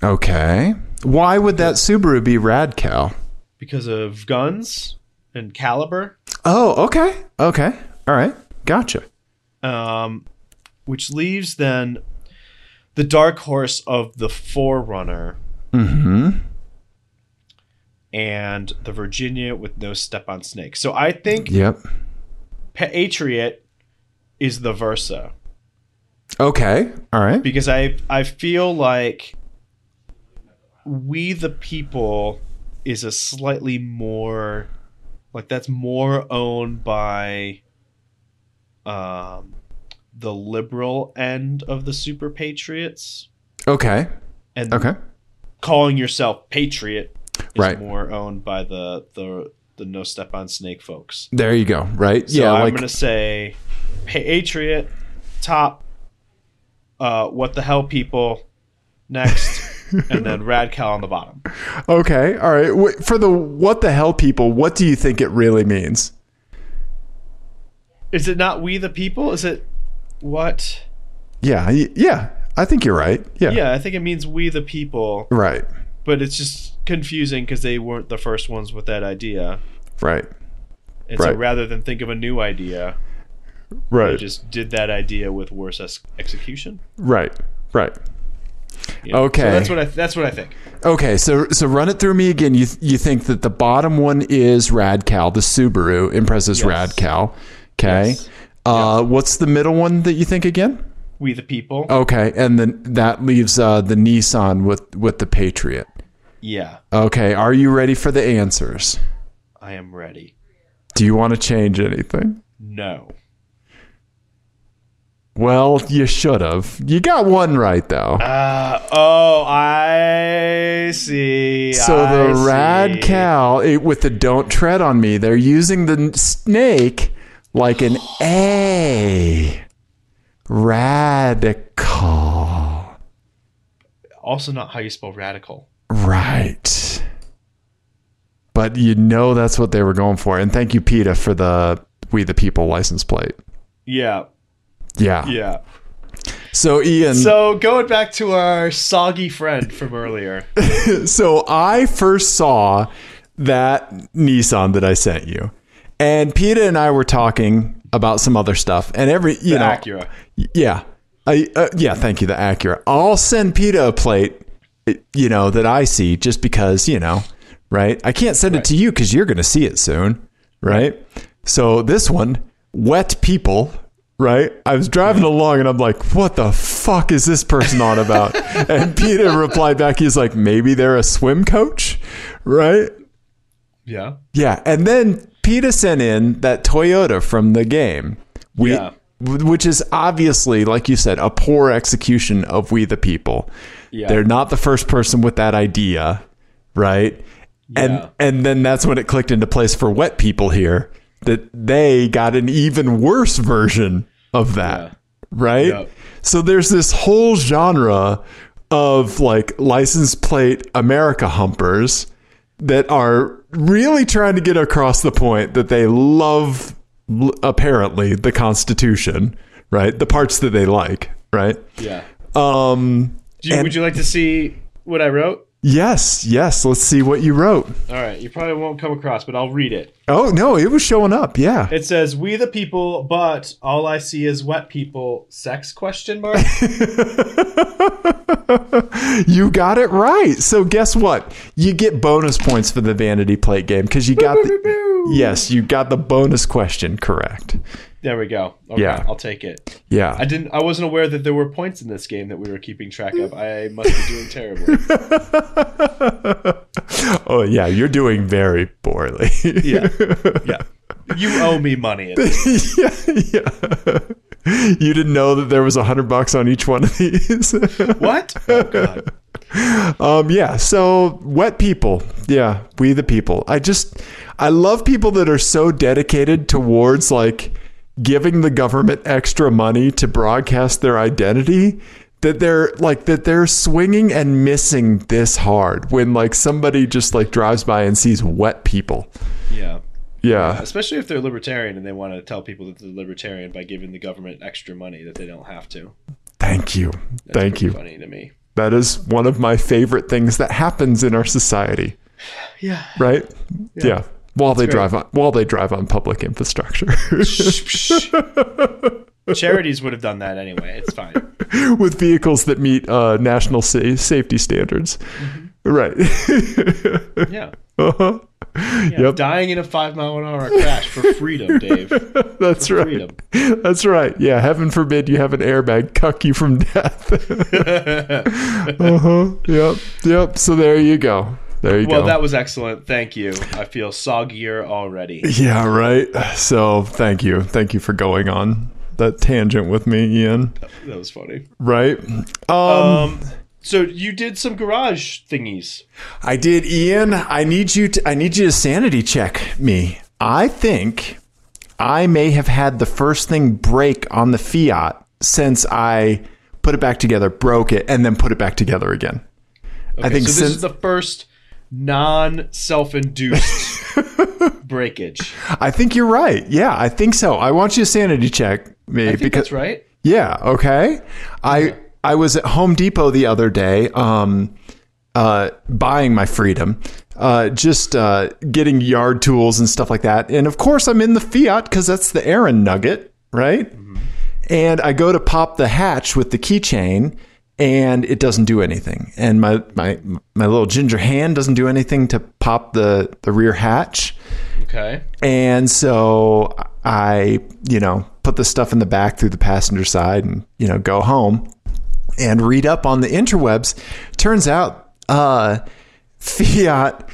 [SPEAKER 2] Okay. Why would that Subaru be rad cow?
[SPEAKER 1] because of guns and caliber.
[SPEAKER 2] Oh, okay. Okay. All right. Gotcha.
[SPEAKER 1] um, which leaves then the dark horse of the Forerunner
[SPEAKER 2] Mm-hmm.
[SPEAKER 1] and the Virginia with no step on snake. So I think
[SPEAKER 2] Yep.
[SPEAKER 1] Patriot is the Versa
[SPEAKER 2] Okay. All right.
[SPEAKER 1] because I I feel like we the people is a slightly more like that's more owned by um the liberal end of the super patriots
[SPEAKER 2] Okay.
[SPEAKER 1] and
[SPEAKER 2] Okay.
[SPEAKER 1] calling yourself patriot is
[SPEAKER 2] Right.
[SPEAKER 1] more owned by the the the no step on snake folks.
[SPEAKER 2] There you go. Right.
[SPEAKER 1] So
[SPEAKER 2] yeah.
[SPEAKER 1] I'm
[SPEAKER 2] Like.
[SPEAKER 1] gonna say patriot top. Uh, what the hell, people? Next,
[SPEAKER 2] (laughs)
[SPEAKER 1] and then radcal on the bottom.
[SPEAKER 2] Okay. All right. Wait, for the what the hell people, what do you think it really means?
[SPEAKER 1] Is it not we the people? Is it what?
[SPEAKER 2] Yeah. y- Yeah. I think you're right. Yeah.
[SPEAKER 1] Yeah, I think it means we the people,
[SPEAKER 2] Right.
[SPEAKER 1] but it's just confusing because they weren't the first ones with that idea.
[SPEAKER 2] Right.
[SPEAKER 1] And so
[SPEAKER 2] Right.
[SPEAKER 1] rather than think of a new idea, they
[SPEAKER 2] Right.
[SPEAKER 1] just did that idea with worse ex- execution.
[SPEAKER 2] right. Right.
[SPEAKER 1] Yeah.
[SPEAKER 2] Okay.
[SPEAKER 1] So that's what I that's what I think.
[SPEAKER 2] Okay. So so run it through me again. You you think that the bottom one is Radcal, the Subaru impresses
[SPEAKER 1] Yes.
[SPEAKER 2] Radcal. Okay.
[SPEAKER 1] Yes.
[SPEAKER 2] Uh, What's the middle one that you think again?
[SPEAKER 1] We the people.
[SPEAKER 2] Okay, and then that leaves uh, the Nissan with with the Patriot.
[SPEAKER 1] Yeah,
[SPEAKER 2] Okay, are you ready for the answers?
[SPEAKER 1] I am ready.
[SPEAKER 2] Do you want to change anything?
[SPEAKER 1] No.
[SPEAKER 2] Well, you should have. You got one right though.
[SPEAKER 1] Uh, oh, I see.
[SPEAKER 2] So the
[SPEAKER 1] I
[SPEAKER 2] rad
[SPEAKER 1] see.
[SPEAKER 2] cow it, with the "Don't tread on me," they're using the n- snake like an A. Radical,
[SPEAKER 1] Also, not how you spell radical.
[SPEAKER 2] right? But you know that's what they were going for. And thank you, PETA, for the "We the People" license plate.
[SPEAKER 1] Yeah,
[SPEAKER 2] Yeah.
[SPEAKER 1] yeah.
[SPEAKER 2] So Ian, so-,
[SPEAKER 1] So going back to our soggy friend from
[SPEAKER 2] (laughs)
[SPEAKER 1] earlier.
[SPEAKER 2] I first saw that Nissan that I sent you, and PETA and I were talking about some other stuff, and every you know.
[SPEAKER 1] Acura.
[SPEAKER 2] Yeah. I, uh, yeah, thank you. The Acura. I'll send PETA a plate, it- you know, that I see just because, you know, right? I can't send it to you because you're going to see it soon, right? So this one, wet people, right? I was driving along and I'm like, what the fuck is this person on (laughs) about? and PETA replied back, he's like, maybe they're a swim coach, right?
[SPEAKER 1] Yeah.
[SPEAKER 2] Yeah, and then PETA sent in that Toyota from the game. We,
[SPEAKER 1] Yeah.
[SPEAKER 2] w- Which is obviously, like you said, a poor execution of We the People.
[SPEAKER 1] Yeah.
[SPEAKER 2] They're not the first person with that idea, right?
[SPEAKER 1] Yeah.
[SPEAKER 2] And and then that's when it clicked into place for wet people here that they got an even worse version of that,
[SPEAKER 1] Yeah.
[SPEAKER 2] right?
[SPEAKER 1] Yep.
[SPEAKER 2] So there's this whole genre of like license plate America humpers that are really trying to get across the point that they love l- apparently the constitution, right? The parts that they like, right?
[SPEAKER 1] Yeah.
[SPEAKER 2] Um
[SPEAKER 1] Do you, would you like to see what I wrote?
[SPEAKER 2] Yes, yes. Let's see what you wrote.
[SPEAKER 1] All right, you probably won't come across, but I'll read it.
[SPEAKER 2] Oh no, it was showing up. Yeah.
[SPEAKER 1] It says, "We the people, but all I see is wet people." Sex question
[SPEAKER 2] (laughs)
[SPEAKER 1] mark.
[SPEAKER 2] you got it right. So guess what? You get bonus points for the vanity plate game because you got the yes, you got the bonus question correct.
[SPEAKER 1] there we go. Okay,
[SPEAKER 2] Yeah.
[SPEAKER 1] I'll take it. I
[SPEAKER 2] Yeah,
[SPEAKER 1] didn't. I wasn't aware that there were points in this game that we were keeping track of. I must be doing terribly.
[SPEAKER 2] oh yeah, you're doing very poorly.
[SPEAKER 1] (laughs) Yeah, yeah. You owe me money. at this
[SPEAKER 2] (laughs) yeah, yeah. You didn't know that there was a hundred bucks on each one of these. (laughs)
[SPEAKER 1] What? Oh god.
[SPEAKER 2] um, yeah. So wet people. Yeah, we the people. I just, I love people that are so dedicated towards like giving the government extra money to broadcast their identity that they're like that they're swinging and missing this hard when like somebody just like drives by and sees wet people.
[SPEAKER 1] Yeah.
[SPEAKER 2] Yeah.
[SPEAKER 1] Especially if they're libertarian and they want to tell people that they're libertarian by giving the government extra money that they don't have to.
[SPEAKER 2] Thank you.
[SPEAKER 1] That's
[SPEAKER 2] Thank
[SPEAKER 1] pretty
[SPEAKER 2] you.
[SPEAKER 1] Funny to me.
[SPEAKER 2] That is one of my favorite things that happens in our society,
[SPEAKER 1] Yeah.
[SPEAKER 2] right? Yeah. While they
[SPEAKER 1] great.
[SPEAKER 2] drive on while they drive on public infrastructure. (laughs)
[SPEAKER 1] Charities would have done that anyway. It's fine.
[SPEAKER 2] (laughs) with vehicles that meet uh, national sa- safety standards. Right. (laughs)
[SPEAKER 1] Yeah.
[SPEAKER 2] uh-huh.
[SPEAKER 1] Yeah.
[SPEAKER 2] Yep.
[SPEAKER 1] Dying in a five mile an hour crash for freedom, Dave.
[SPEAKER 2] That's right.
[SPEAKER 1] freedom.
[SPEAKER 2] (laughs) That's right. Yeah. Heaven forbid you have an airbag cuck you
[SPEAKER 1] (laughs)
[SPEAKER 2] from death. (laughs) uh huh. Yep. Yep. So there you go. There you
[SPEAKER 1] Well,
[SPEAKER 2] go.
[SPEAKER 1] that was excellent. Thank you. I feel soggier already.
[SPEAKER 2] (laughs) yeah. Right. So thank you. Thank you for going on that tangent with me, Ian.
[SPEAKER 1] That was funny.
[SPEAKER 2] Right. um
[SPEAKER 1] Um, so you did some garage thingies.
[SPEAKER 2] I did, Ian. I need you to I need you to sanity check me. I think I may have had the first thing break on the Fiat since I put it back together, broke it, and then put it back together again. I
[SPEAKER 1] Okay, so
[SPEAKER 2] think
[SPEAKER 1] this
[SPEAKER 2] since
[SPEAKER 1] is the first non self-induced
[SPEAKER 2] (laughs)
[SPEAKER 1] breakage.
[SPEAKER 2] I think you're right. Yeah, I think so. I want you to sanity check me
[SPEAKER 1] I think
[SPEAKER 2] because
[SPEAKER 1] that's right.
[SPEAKER 2] Yeah. Okay. I I was at Home Depot the other day, um, uh, buying my freedom, uh, just uh, getting yard tools and stuff like that. And of course, I'm in the Fiat because that's the errand nugget, right? And I go to pop the hatch with the keychain, and it doesn't do anything. And my my my little ginger hand doesn't do anything to pop the the rear hatch.
[SPEAKER 1] Okay.
[SPEAKER 2] And so I, you know, put the stuff in the back through the passenger side and, you know, go home and read up on the interwebs. Turns out uh, Fiat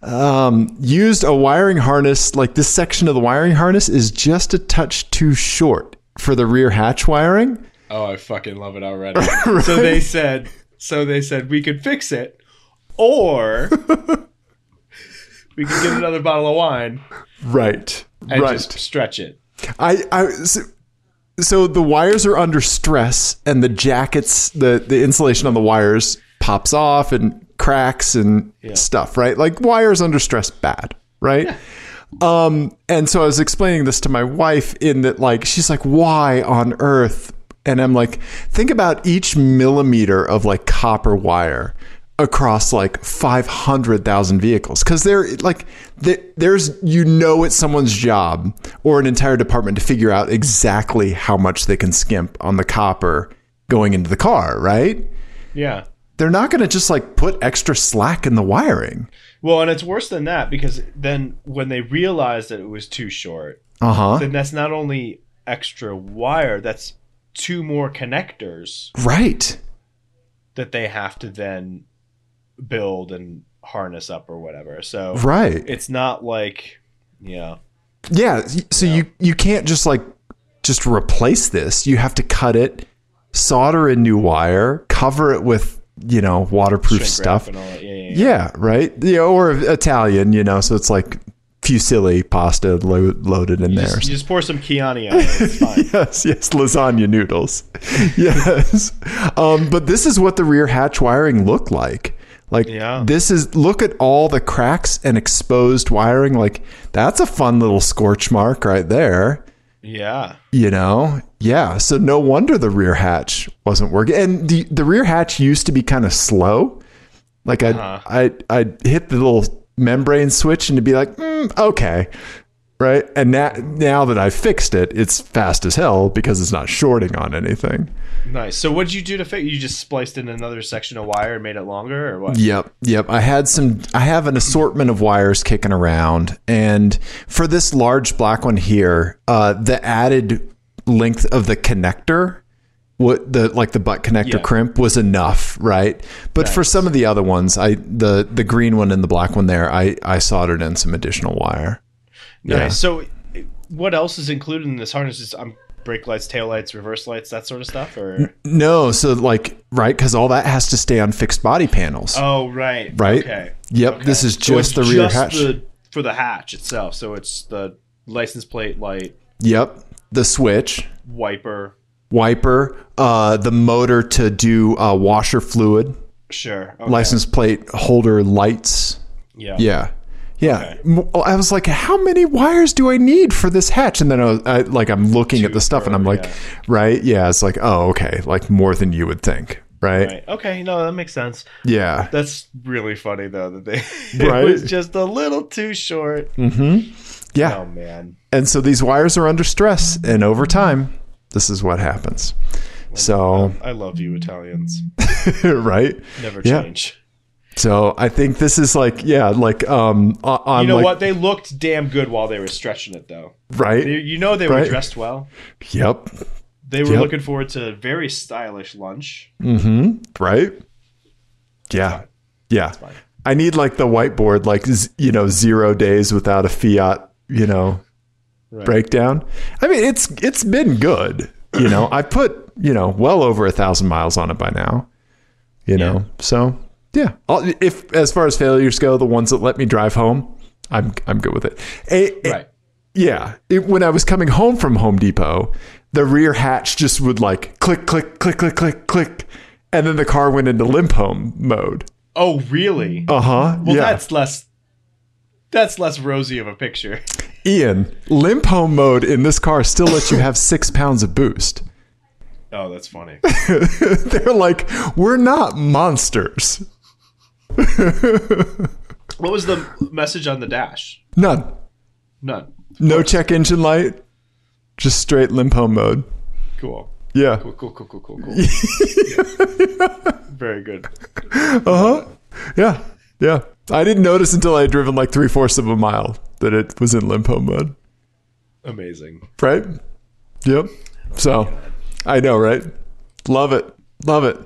[SPEAKER 2] um, used a wiring harness, like this section of the wiring harness is just a touch too short for the rear hatch wiring.
[SPEAKER 1] Oh, I fucking love it already.
[SPEAKER 2] (laughs)
[SPEAKER 1] So they said, so they said we could fix it,
[SPEAKER 2] (laughs)
[SPEAKER 1] or we could get another bottle of wine
[SPEAKER 2] Right.
[SPEAKER 1] and
[SPEAKER 2] right.
[SPEAKER 1] just stretch it.
[SPEAKER 2] I, I so, so the wires are under stress and the jackets the the insulation on the wires pops off and cracks and stuff right like wires under stress bad right um and so i was explaining this to my wife in that like she's like why on earth and i'm like think about each millimeter of like copper wire across like 500,000 vehicles cuz they're like th- there's you know it's someone's job or an entire department to figure out exactly how much they can skimp on the copper going into the car, right?
[SPEAKER 1] Yeah.
[SPEAKER 2] They're not going to just like put extra slack in the wiring.
[SPEAKER 1] Well, and it's worse than that because then when they realized that it was too short,
[SPEAKER 2] Uh-huh.
[SPEAKER 1] then that's not only extra wire, that's two more connectors
[SPEAKER 2] Right.
[SPEAKER 1] that they have to then build and harness up or whatever. So
[SPEAKER 2] Right.
[SPEAKER 1] it's not like, yeah.
[SPEAKER 2] Yeah. y- So you you can't just like just replace this. You have to cut it, solder in new wire, cover it with you know waterproof
[SPEAKER 1] shrink wrap
[SPEAKER 2] stuff.
[SPEAKER 1] and all that. Yeah, yeah, yeah.
[SPEAKER 2] Yeah. Right. Yeah. Or Italian. You know. So it's like fusilli pasta lo- loaded in there. (laughs)
[SPEAKER 1] Just, you just pour some Chianti on it. It's fine.
[SPEAKER 2] yes, yes, lasagna noodles. (laughs) yes. Um, but this is what the rear hatch wiring looked like. Like
[SPEAKER 1] Yeah.
[SPEAKER 2] this is look at all the cracks and exposed wiring. Like that's a fun little scorch mark right there.
[SPEAKER 1] yeah.
[SPEAKER 2] You know? Yeah. So no wonder the rear hatch wasn't working. And the, the rear hatch used to be kind of slow. Like I
[SPEAKER 1] Uh-huh.
[SPEAKER 2] I I hit the little membrane switch and to be like, mm, okay, right. And now now that I fixed it, it's fast as hell because it's not shorting on anything.
[SPEAKER 1] Nice. So what did you do to fix? You just spliced in another section of wire and made it longer, or what?
[SPEAKER 2] Yep, yep. I had some. I have an assortment of wires kicking around, and for this large black one here, uh, the added length of the connector, what the like the butt connector
[SPEAKER 1] Yeah.
[SPEAKER 2] crimp was enough, right? But for some of the other ones, I the the green one and the black one there, I I soldered in some additional wire.
[SPEAKER 1] Nice.
[SPEAKER 2] Yeah.
[SPEAKER 1] So what else is included in this harness? Is um, brake lights, tail lights, reverse lights, that sort of stuff,
[SPEAKER 2] Mm.
[SPEAKER 1] or
[SPEAKER 2] No, so like right because all that has to stay on fixed body panels.
[SPEAKER 1] oh right,
[SPEAKER 2] Right.
[SPEAKER 1] Okay.
[SPEAKER 2] Yep,
[SPEAKER 1] Okay.
[SPEAKER 2] this is
[SPEAKER 1] So
[SPEAKER 2] just
[SPEAKER 1] it's
[SPEAKER 2] the rear hatch.
[SPEAKER 1] the- for the hatch itself. So it's the license plate light,
[SPEAKER 2] yep, the switch.
[SPEAKER 1] wiper.
[SPEAKER 2] wiper, uh, the motor to do uh, washer fluid,
[SPEAKER 1] Sure. Okay.
[SPEAKER 2] license plate holder lights.
[SPEAKER 1] Yeah.
[SPEAKER 2] Yeah. Yeah.
[SPEAKER 1] Okay.
[SPEAKER 2] M- I was like, how many wires do I need for this hatch? And then I was I, like, I'm looking at the stuff and I'm like,
[SPEAKER 1] yeah.
[SPEAKER 2] right? Yeah. It's like, oh, okay. Like more than you would think. Right.
[SPEAKER 1] Right. Okay. No, that makes sense.
[SPEAKER 2] Yeah.
[SPEAKER 1] That's really funny though that they (laughs)
[SPEAKER 2] Right. Mm-hmm.
[SPEAKER 1] it was just a little too short.
[SPEAKER 2] Yeah.
[SPEAKER 1] Oh man.
[SPEAKER 2] And so these wires are under stress. And over time, this is what happens. So, (laughs)
[SPEAKER 1] I love you Italians.
[SPEAKER 2] right.
[SPEAKER 1] Never
[SPEAKER 2] Yeah.
[SPEAKER 1] change.
[SPEAKER 2] So I think this is like, yeah, like, um, o- on
[SPEAKER 1] You know
[SPEAKER 2] like,
[SPEAKER 1] what? They looked damn good while they were stretching it though.
[SPEAKER 2] right.
[SPEAKER 1] They- You know they were
[SPEAKER 2] Right.
[SPEAKER 1] dressed well.
[SPEAKER 2] Yep.
[SPEAKER 1] They were
[SPEAKER 2] Yep.
[SPEAKER 1] looking forward to a very stylish lunch.
[SPEAKER 2] Mm-hmm. Right. Yeah. Yeah. I need like the whiteboard, like z- you know, zero days without a fiat, you know,
[SPEAKER 1] Right.
[SPEAKER 2] breakdown. I mean, it's it's been good. You
[SPEAKER 1] (clears throat)
[SPEAKER 2] know, I put you know well over a thousand miles on it by now. You know, so yeah. I'll, if as far as failures go, the ones that let me drive home, I'm I'm good with it. A- a-
[SPEAKER 1] Right.
[SPEAKER 2] yeah. It, when I was coming home from Home Depot, the rear hatch just would like click, click, click, click, click, click. And then the car went into limp home mode.
[SPEAKER 1] Oh really?
[SPEAKER 2] Uh huh.
[SPEAKER 1] well
[SPEAKER 2] yeah.
[SPEAKER 1] that's less that's less rosy of a picture. (laughs)
[SPEAKER 2] Ian, limp home mode in this car still lets you have (laughs) six pounds of boost. (laughs)
[SPEAKER 1] Oh, that's funny.
[SPEAKER 2] They're like, we're not monsters.
[SPEAKER 1] what was the message on the dash?
[SPEAKER 2] None.
[SPEAKER 1] None.
[SPEAKER 2] No check engine light. Just straight limp home mode.
[SPEAKER 1] Cool.
[SPEAKER 2] Yeah.
[SPEAKER 1] Cool, cool, cool, cool, cool,
[SPEAKER 2] (laughs)
[SPEAKER 1] cool. Yeah. Very good.
[SPEAKER 2] Yeah. Yeah. I didn't notice until I had driven like three fourths of a mile that it was in limp home mode.
[SPEAKER 1] Amazing.
[SPEAKER 2] Right? Yep. So I know, right? Love it. Love it.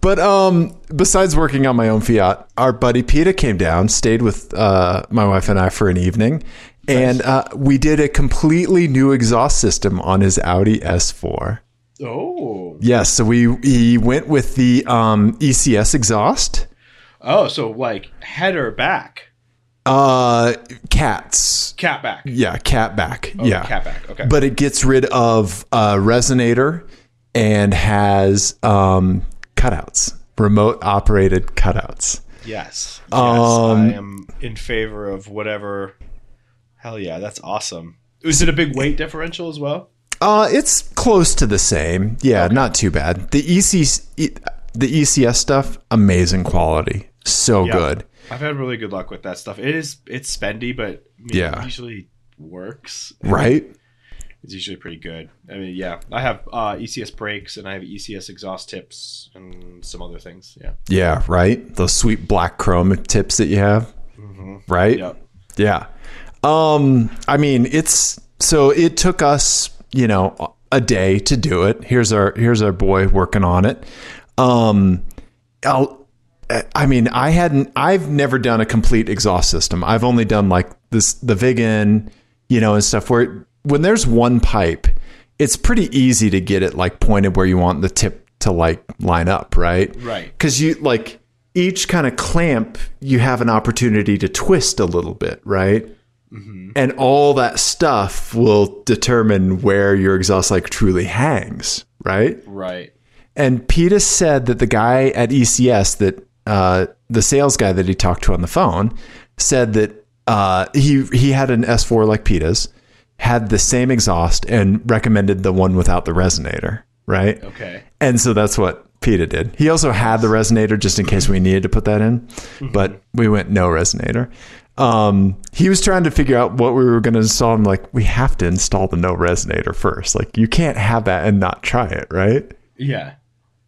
[SPEAKER 2] But um besides working on my own Fiat, our buddy Peta came down, stayed with uh my wife and I for an evening, and uh we did a completely new exhaust system on his Audi S4.
[SPEAKER 1] Oh.
[SPEAKER 2] Yes, so we he went with the um ECS exhaust.
[SPEAKER 1] Oh, so like header back,
[SPEAKER 2] Uh cats.
[SPEAKER 1] cat back.
[SPEAKER 2] Yeah, cat back. yeah.
[SPEAKER 1] Oh, Cat back. Okay.
[SPEAKER 2] but it gets rid of uh, resonator and has um, cutouts, remote operated cutouts.
[SPEAKER 1] yes.
[SPEAKER 2] um,
[SPEAKER 1] Yes. I am in favor of whatever. Hell yeah, that's awesome. Is it a big weight differential as well?
[SPEAKER 2] Uh, it's close to the same. Yeah, not too bad. The EC, e- the ECS stuff, amazing quality, so good.
[SPEAKER 1] I've had really good luck with that stuff. It is it's spendy, but I mean,
[SPEAKER 2] Yeah.
[SPEAKER 1] it usually works.
[SPEAKER 2] Right?
[SPEAKER 1] It's usually pretty good. I mean, yeah, I have uh, ECS brakes and I have ECS exhaust tips and some other things. Yeah.
[SPEAKER 2] Yeah, right. Those sweet black chrome tips that you have. Right?
[SPEAKER 1] Yep.
[SPEAKER 2] Yeah. Um, I mean, it's so it took us, you know, a day to do it. Here's our here's our boy working on it. Um, I'll, I mean, I hadn't. I've never done a complete exhaust system. I've only done like this, the Vigan, you know, and stuff. Where when there's one pipe, it's pretty easy to get it like pointed where you want the tip to like line up, right?
[SPEAKER 1] Right.
[SPEAKER 2] because you like each kind of clamp you have an opportunity to twist a little bit right and all that stuff will determine where your exhaust like truly hangs right
[SPEAKER 1] Right.
[SPEAKER 2] and Peta said that the guy at ECS that uh, the sales guy that he talked to on the phone said that uh, he he had an S4 like Peta's, had the same exhaust and recommended the one without the resonator, right?
[SPEAKER 1] Okay.
[SPEAKER 2] And so that's what Peta did. He also had the resonator just in case we needed to put that in, but we went no resonator. Um, he was trying to figure out what we were going to install. I'm like, we have to install the no resonator first. Like, you can't have that and not try it, right?
[SPEAKER 1] Yeah.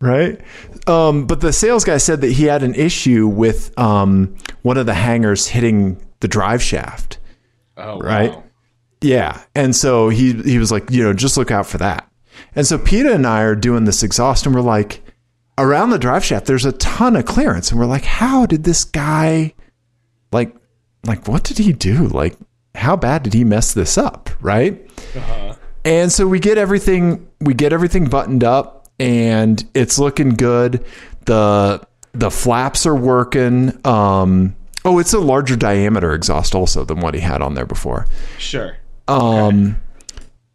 [SPEAKER 2] Right. Um, but the sales guy said that he had an issue with um, one of the hangers hitting the drive shaft.
[SPEAKER 1] Oh,
[SPEAKER 2] Right.
[SPEAKER 1] wow.
[SPEAKER 2] Yeah. And so he he was like, you know, just look out for that. And so PETA and I are doing this exhaust and we're like, around the drive shaft, there's a ton of clearance. And we're like, how did this guy like like what did he do? Like how bad did he mess this up? Right? And so we get everything we get everything buttoned up and it's looking good. The the flaps are working. Um oh it's a larger diameter exhaust also than what he had on there before
[SPEAKER 1] Sure.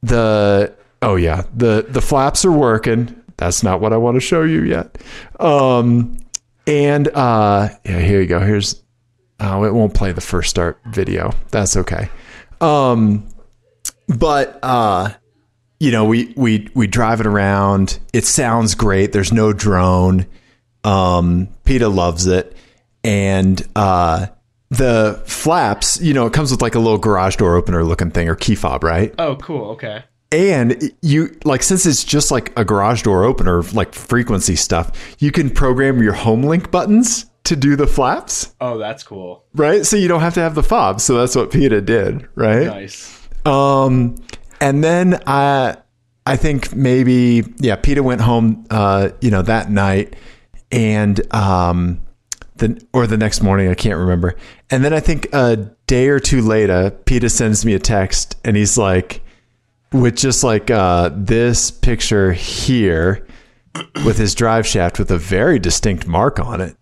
[SPEAKER 2] the oh yeah the the flaps are working that's not what i want to show you yet um and uh yeah here you go here's oh it won't play the first start video that's okay um but uh you know we we we drive it around it sounds great there's no drone um peta loves it and uh the flaps you know it comes with like a little garage door opener looking thing or key fob right
[SPEAKER 1] Oh, cool. Okay.
[SPEAKER 2] and you like since it's just like a garage door opener like frequency stuff you can program your home link buttons to do the flaps
[SPEAKER 1] Oh, that's cool.
[SPEAKER 2] right so you don't have to have the fob so that's what peta did right
[SPEAKER 1] Nice.
[SPEAKER 2] um and then i i think maybe yeah peta went home uh you know that night and um the, or the next morning, I can't remember. And then I think a day or two later, Peta sends me a text and he's like, with just like uh, this picture here with his drive shaft with a very distinct mark on it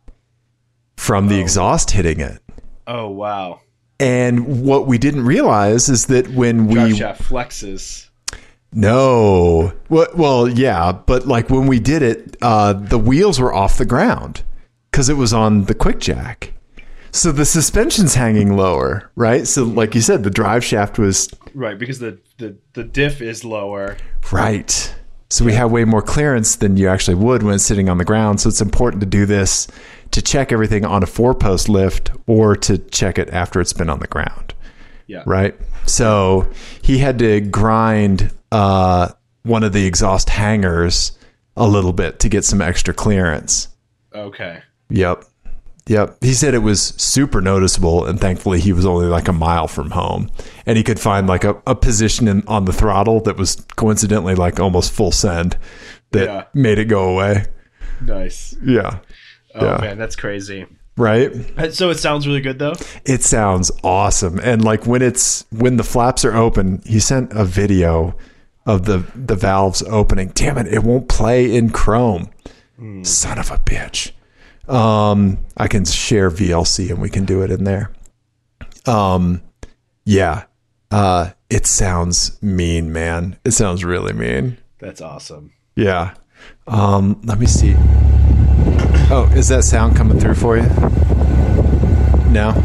[SPEAKER 2] from the exhaust hitting it.
[SPEAKER 1] Oh, wow.
[SPEAKER 2] And what we didn't realize is that when we
[SPEAKER 1] Drive shaft flexes.
[SPEAKER 2] no, well, well, yeah, but like when we did it, uh, the wheels were off the ground because it was on the quick jack. So the suspension's hanging lower, right? So like you said, the drive shaft was
[SPEAKER 1] Right, because the, the, the diff is lower.
[SPEAKER 2] Right. So we have way more clearance than you actually would when it's sitting on the ground. So it's important to do this to check everything on a four post lift or to check it after it's been on the ground.
[SPEAKER 1] Yeah.
[SPEAKER 2] Right. So he had to grind uh, one of the exhaust hangers a little bit to get some extra clearance.
[SPEAKER 1] Okay.
[SPEAKER 2] Yep. Yep. He said it was super noticeable, and thankfully he was only like a mile from home, and he could find like a, a position in, on the throttle that was coincidentally like almost full send that
[SPEAKER 1] Yeah.
[SPEAKER 2] made it go away.
[SPEAKER 1] Nice.
[SPEAKER 2] Yeah.
[SPEAKER 1] Oh,
[SPEAKER 2] Yeah.
[SPEAKER 1] man, that's crazy.
[SPEAKER 2] Right.
[SPEAKER 1] Uh, So it sounds really good, though.
[SPEAKER 2] It sounds awesome, and like when it's when the flaps are open, he sent a video of the the valves opening. Damn it! It won't play in Chrome. Son of a bitch. Um, I can share VLC and we can do it in there. Um, yeah. Uh, it sounds mean, man. It sounds really mean.
[SPEAKER 1] That's awesome.
[SPEAKER 2] Yeah. Um, let me see. Oh, is that sound coming through for you? No.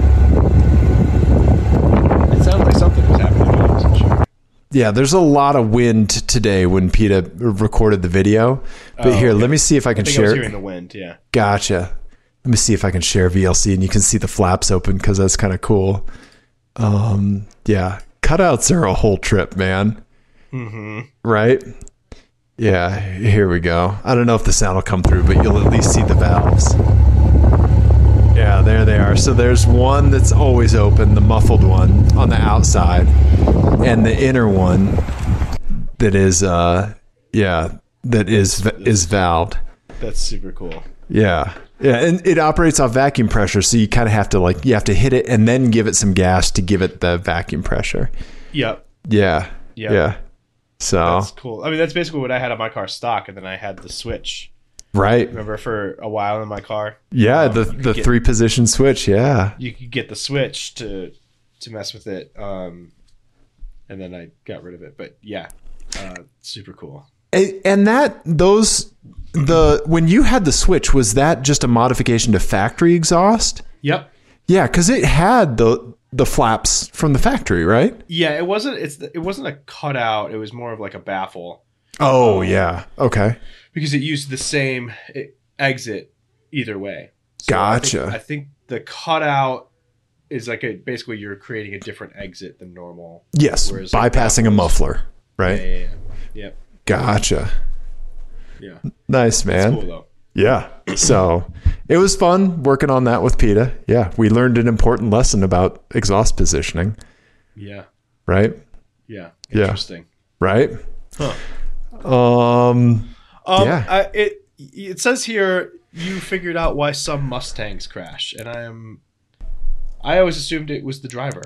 [SPEAKER 1] It sounded like something was happening. but I wasn't sure.
[SPEAKER 2] Yeah, there's a lot of wind today when PETA recorded the video. But here, let me see if I
[SPEAKER 1] Oh,
[SPEAKER 2] can
[SPEAKER 1] I think I
[SPEAKER 2] share.
[SPEAKER 1] was hearing the wind. Yeah.
[SPEAKER 2] Gotcha. Let me see if I can share VLC and you can see the flaps open because that's kind of cool. Um, yeah, cutouts are a whole trip, man. Mm-hmm. Right? Yeah, here we go. I don't know if the sound will come through, but you'll at least see the valves. Yeah, there they are. So there's one that's always open, the muffled one on the outside, and the inner one that is, uh, yeah, that is is valved.
[SPEAKER 1] That's super cool.
[SPEAKER 2] Yeah. Yeah, and it operates off vacuum pressure, so you kind of have to like you have to hit it and then give it some gas to give it the vacuum pressure.
[SPEAKER 1] Yep.
[SPEAKER 2] Yeah.
[SPEAKER 1] Yeah.
[SPEAKER 2] Yeah. So,
[SPEAKER 1] That's cool. I mean, that's basically what I had on my car stock, and then I had the switch.
[SPEAKER 2] right.
[SPEAKER 1] Remember for a while in my car,
[SPEAKER 2] Yeah, the
[SPEAKER 1] you
[SPEAKER 2] the
[SPEAKER 1] get-
[SPEAKER 2] three position switch, yeah.
[SPEAKER 1] you could get the switch to to mess with it. Um, and then I got rid of it. But yeah, uh, super cool.
[SPEAKER 2] And, and that those the when you had the switch was that just a modification to factory exhaust?
[SPEAKER 1] Yep.
[SPEAKER 2] Yeah, cuz it had the the flaps from the factory, right?
[SPEAKER 1] Yeah, it wasn't. It's it wasn't a cutout. It was more of like a baffle.
[SPEAKER 2] Oh, yeah. Okay.
[SPEAKER 1] because it used the same eh, exit either way. So I think-
[SPEAKER 2] Gotcha.
[SPEAKER 1] I think the cutout is like a basically you're creating a different exit than normal.
[SPEAKER 2] Yes,
[SPEAKER 1] Whereas, like,
[SPEAKER 2] bypassing a muffler, right?
[SPEAKER 1] Yeah, yeah, yeah. Yep.
[SPEAKER 2] Gotcha.
[SPEAKER 1] Yeah.
[SPEAKER 2] Nice man.
[SPEAKER 1] Cool though.
[SPEAKER 2] Yeah. So it was fun working on that with PETA. Yeah. We learned an important lesson about exhaust positioning,
[SPEAKER 1] Yeah.
[SPEAKER 2] right?
[SPEAKER 1] Yeah.
[SPEAKER 2] Yeah.
[SPEAKER 1] Interesting.
[SPEAKER 2] Right?
[SPEAKER 1] Huh.
[SPEAKER 2] Um
[SPEAKER 1] Um,
[SPEAKER 2] Yeah.
[SPEAKER 1] I, it it says here you figured out why some Mustangs crash, and I am. I always assumed it was the
[SPEAKER 2] (laughs)
[SPEAKER 1] driver.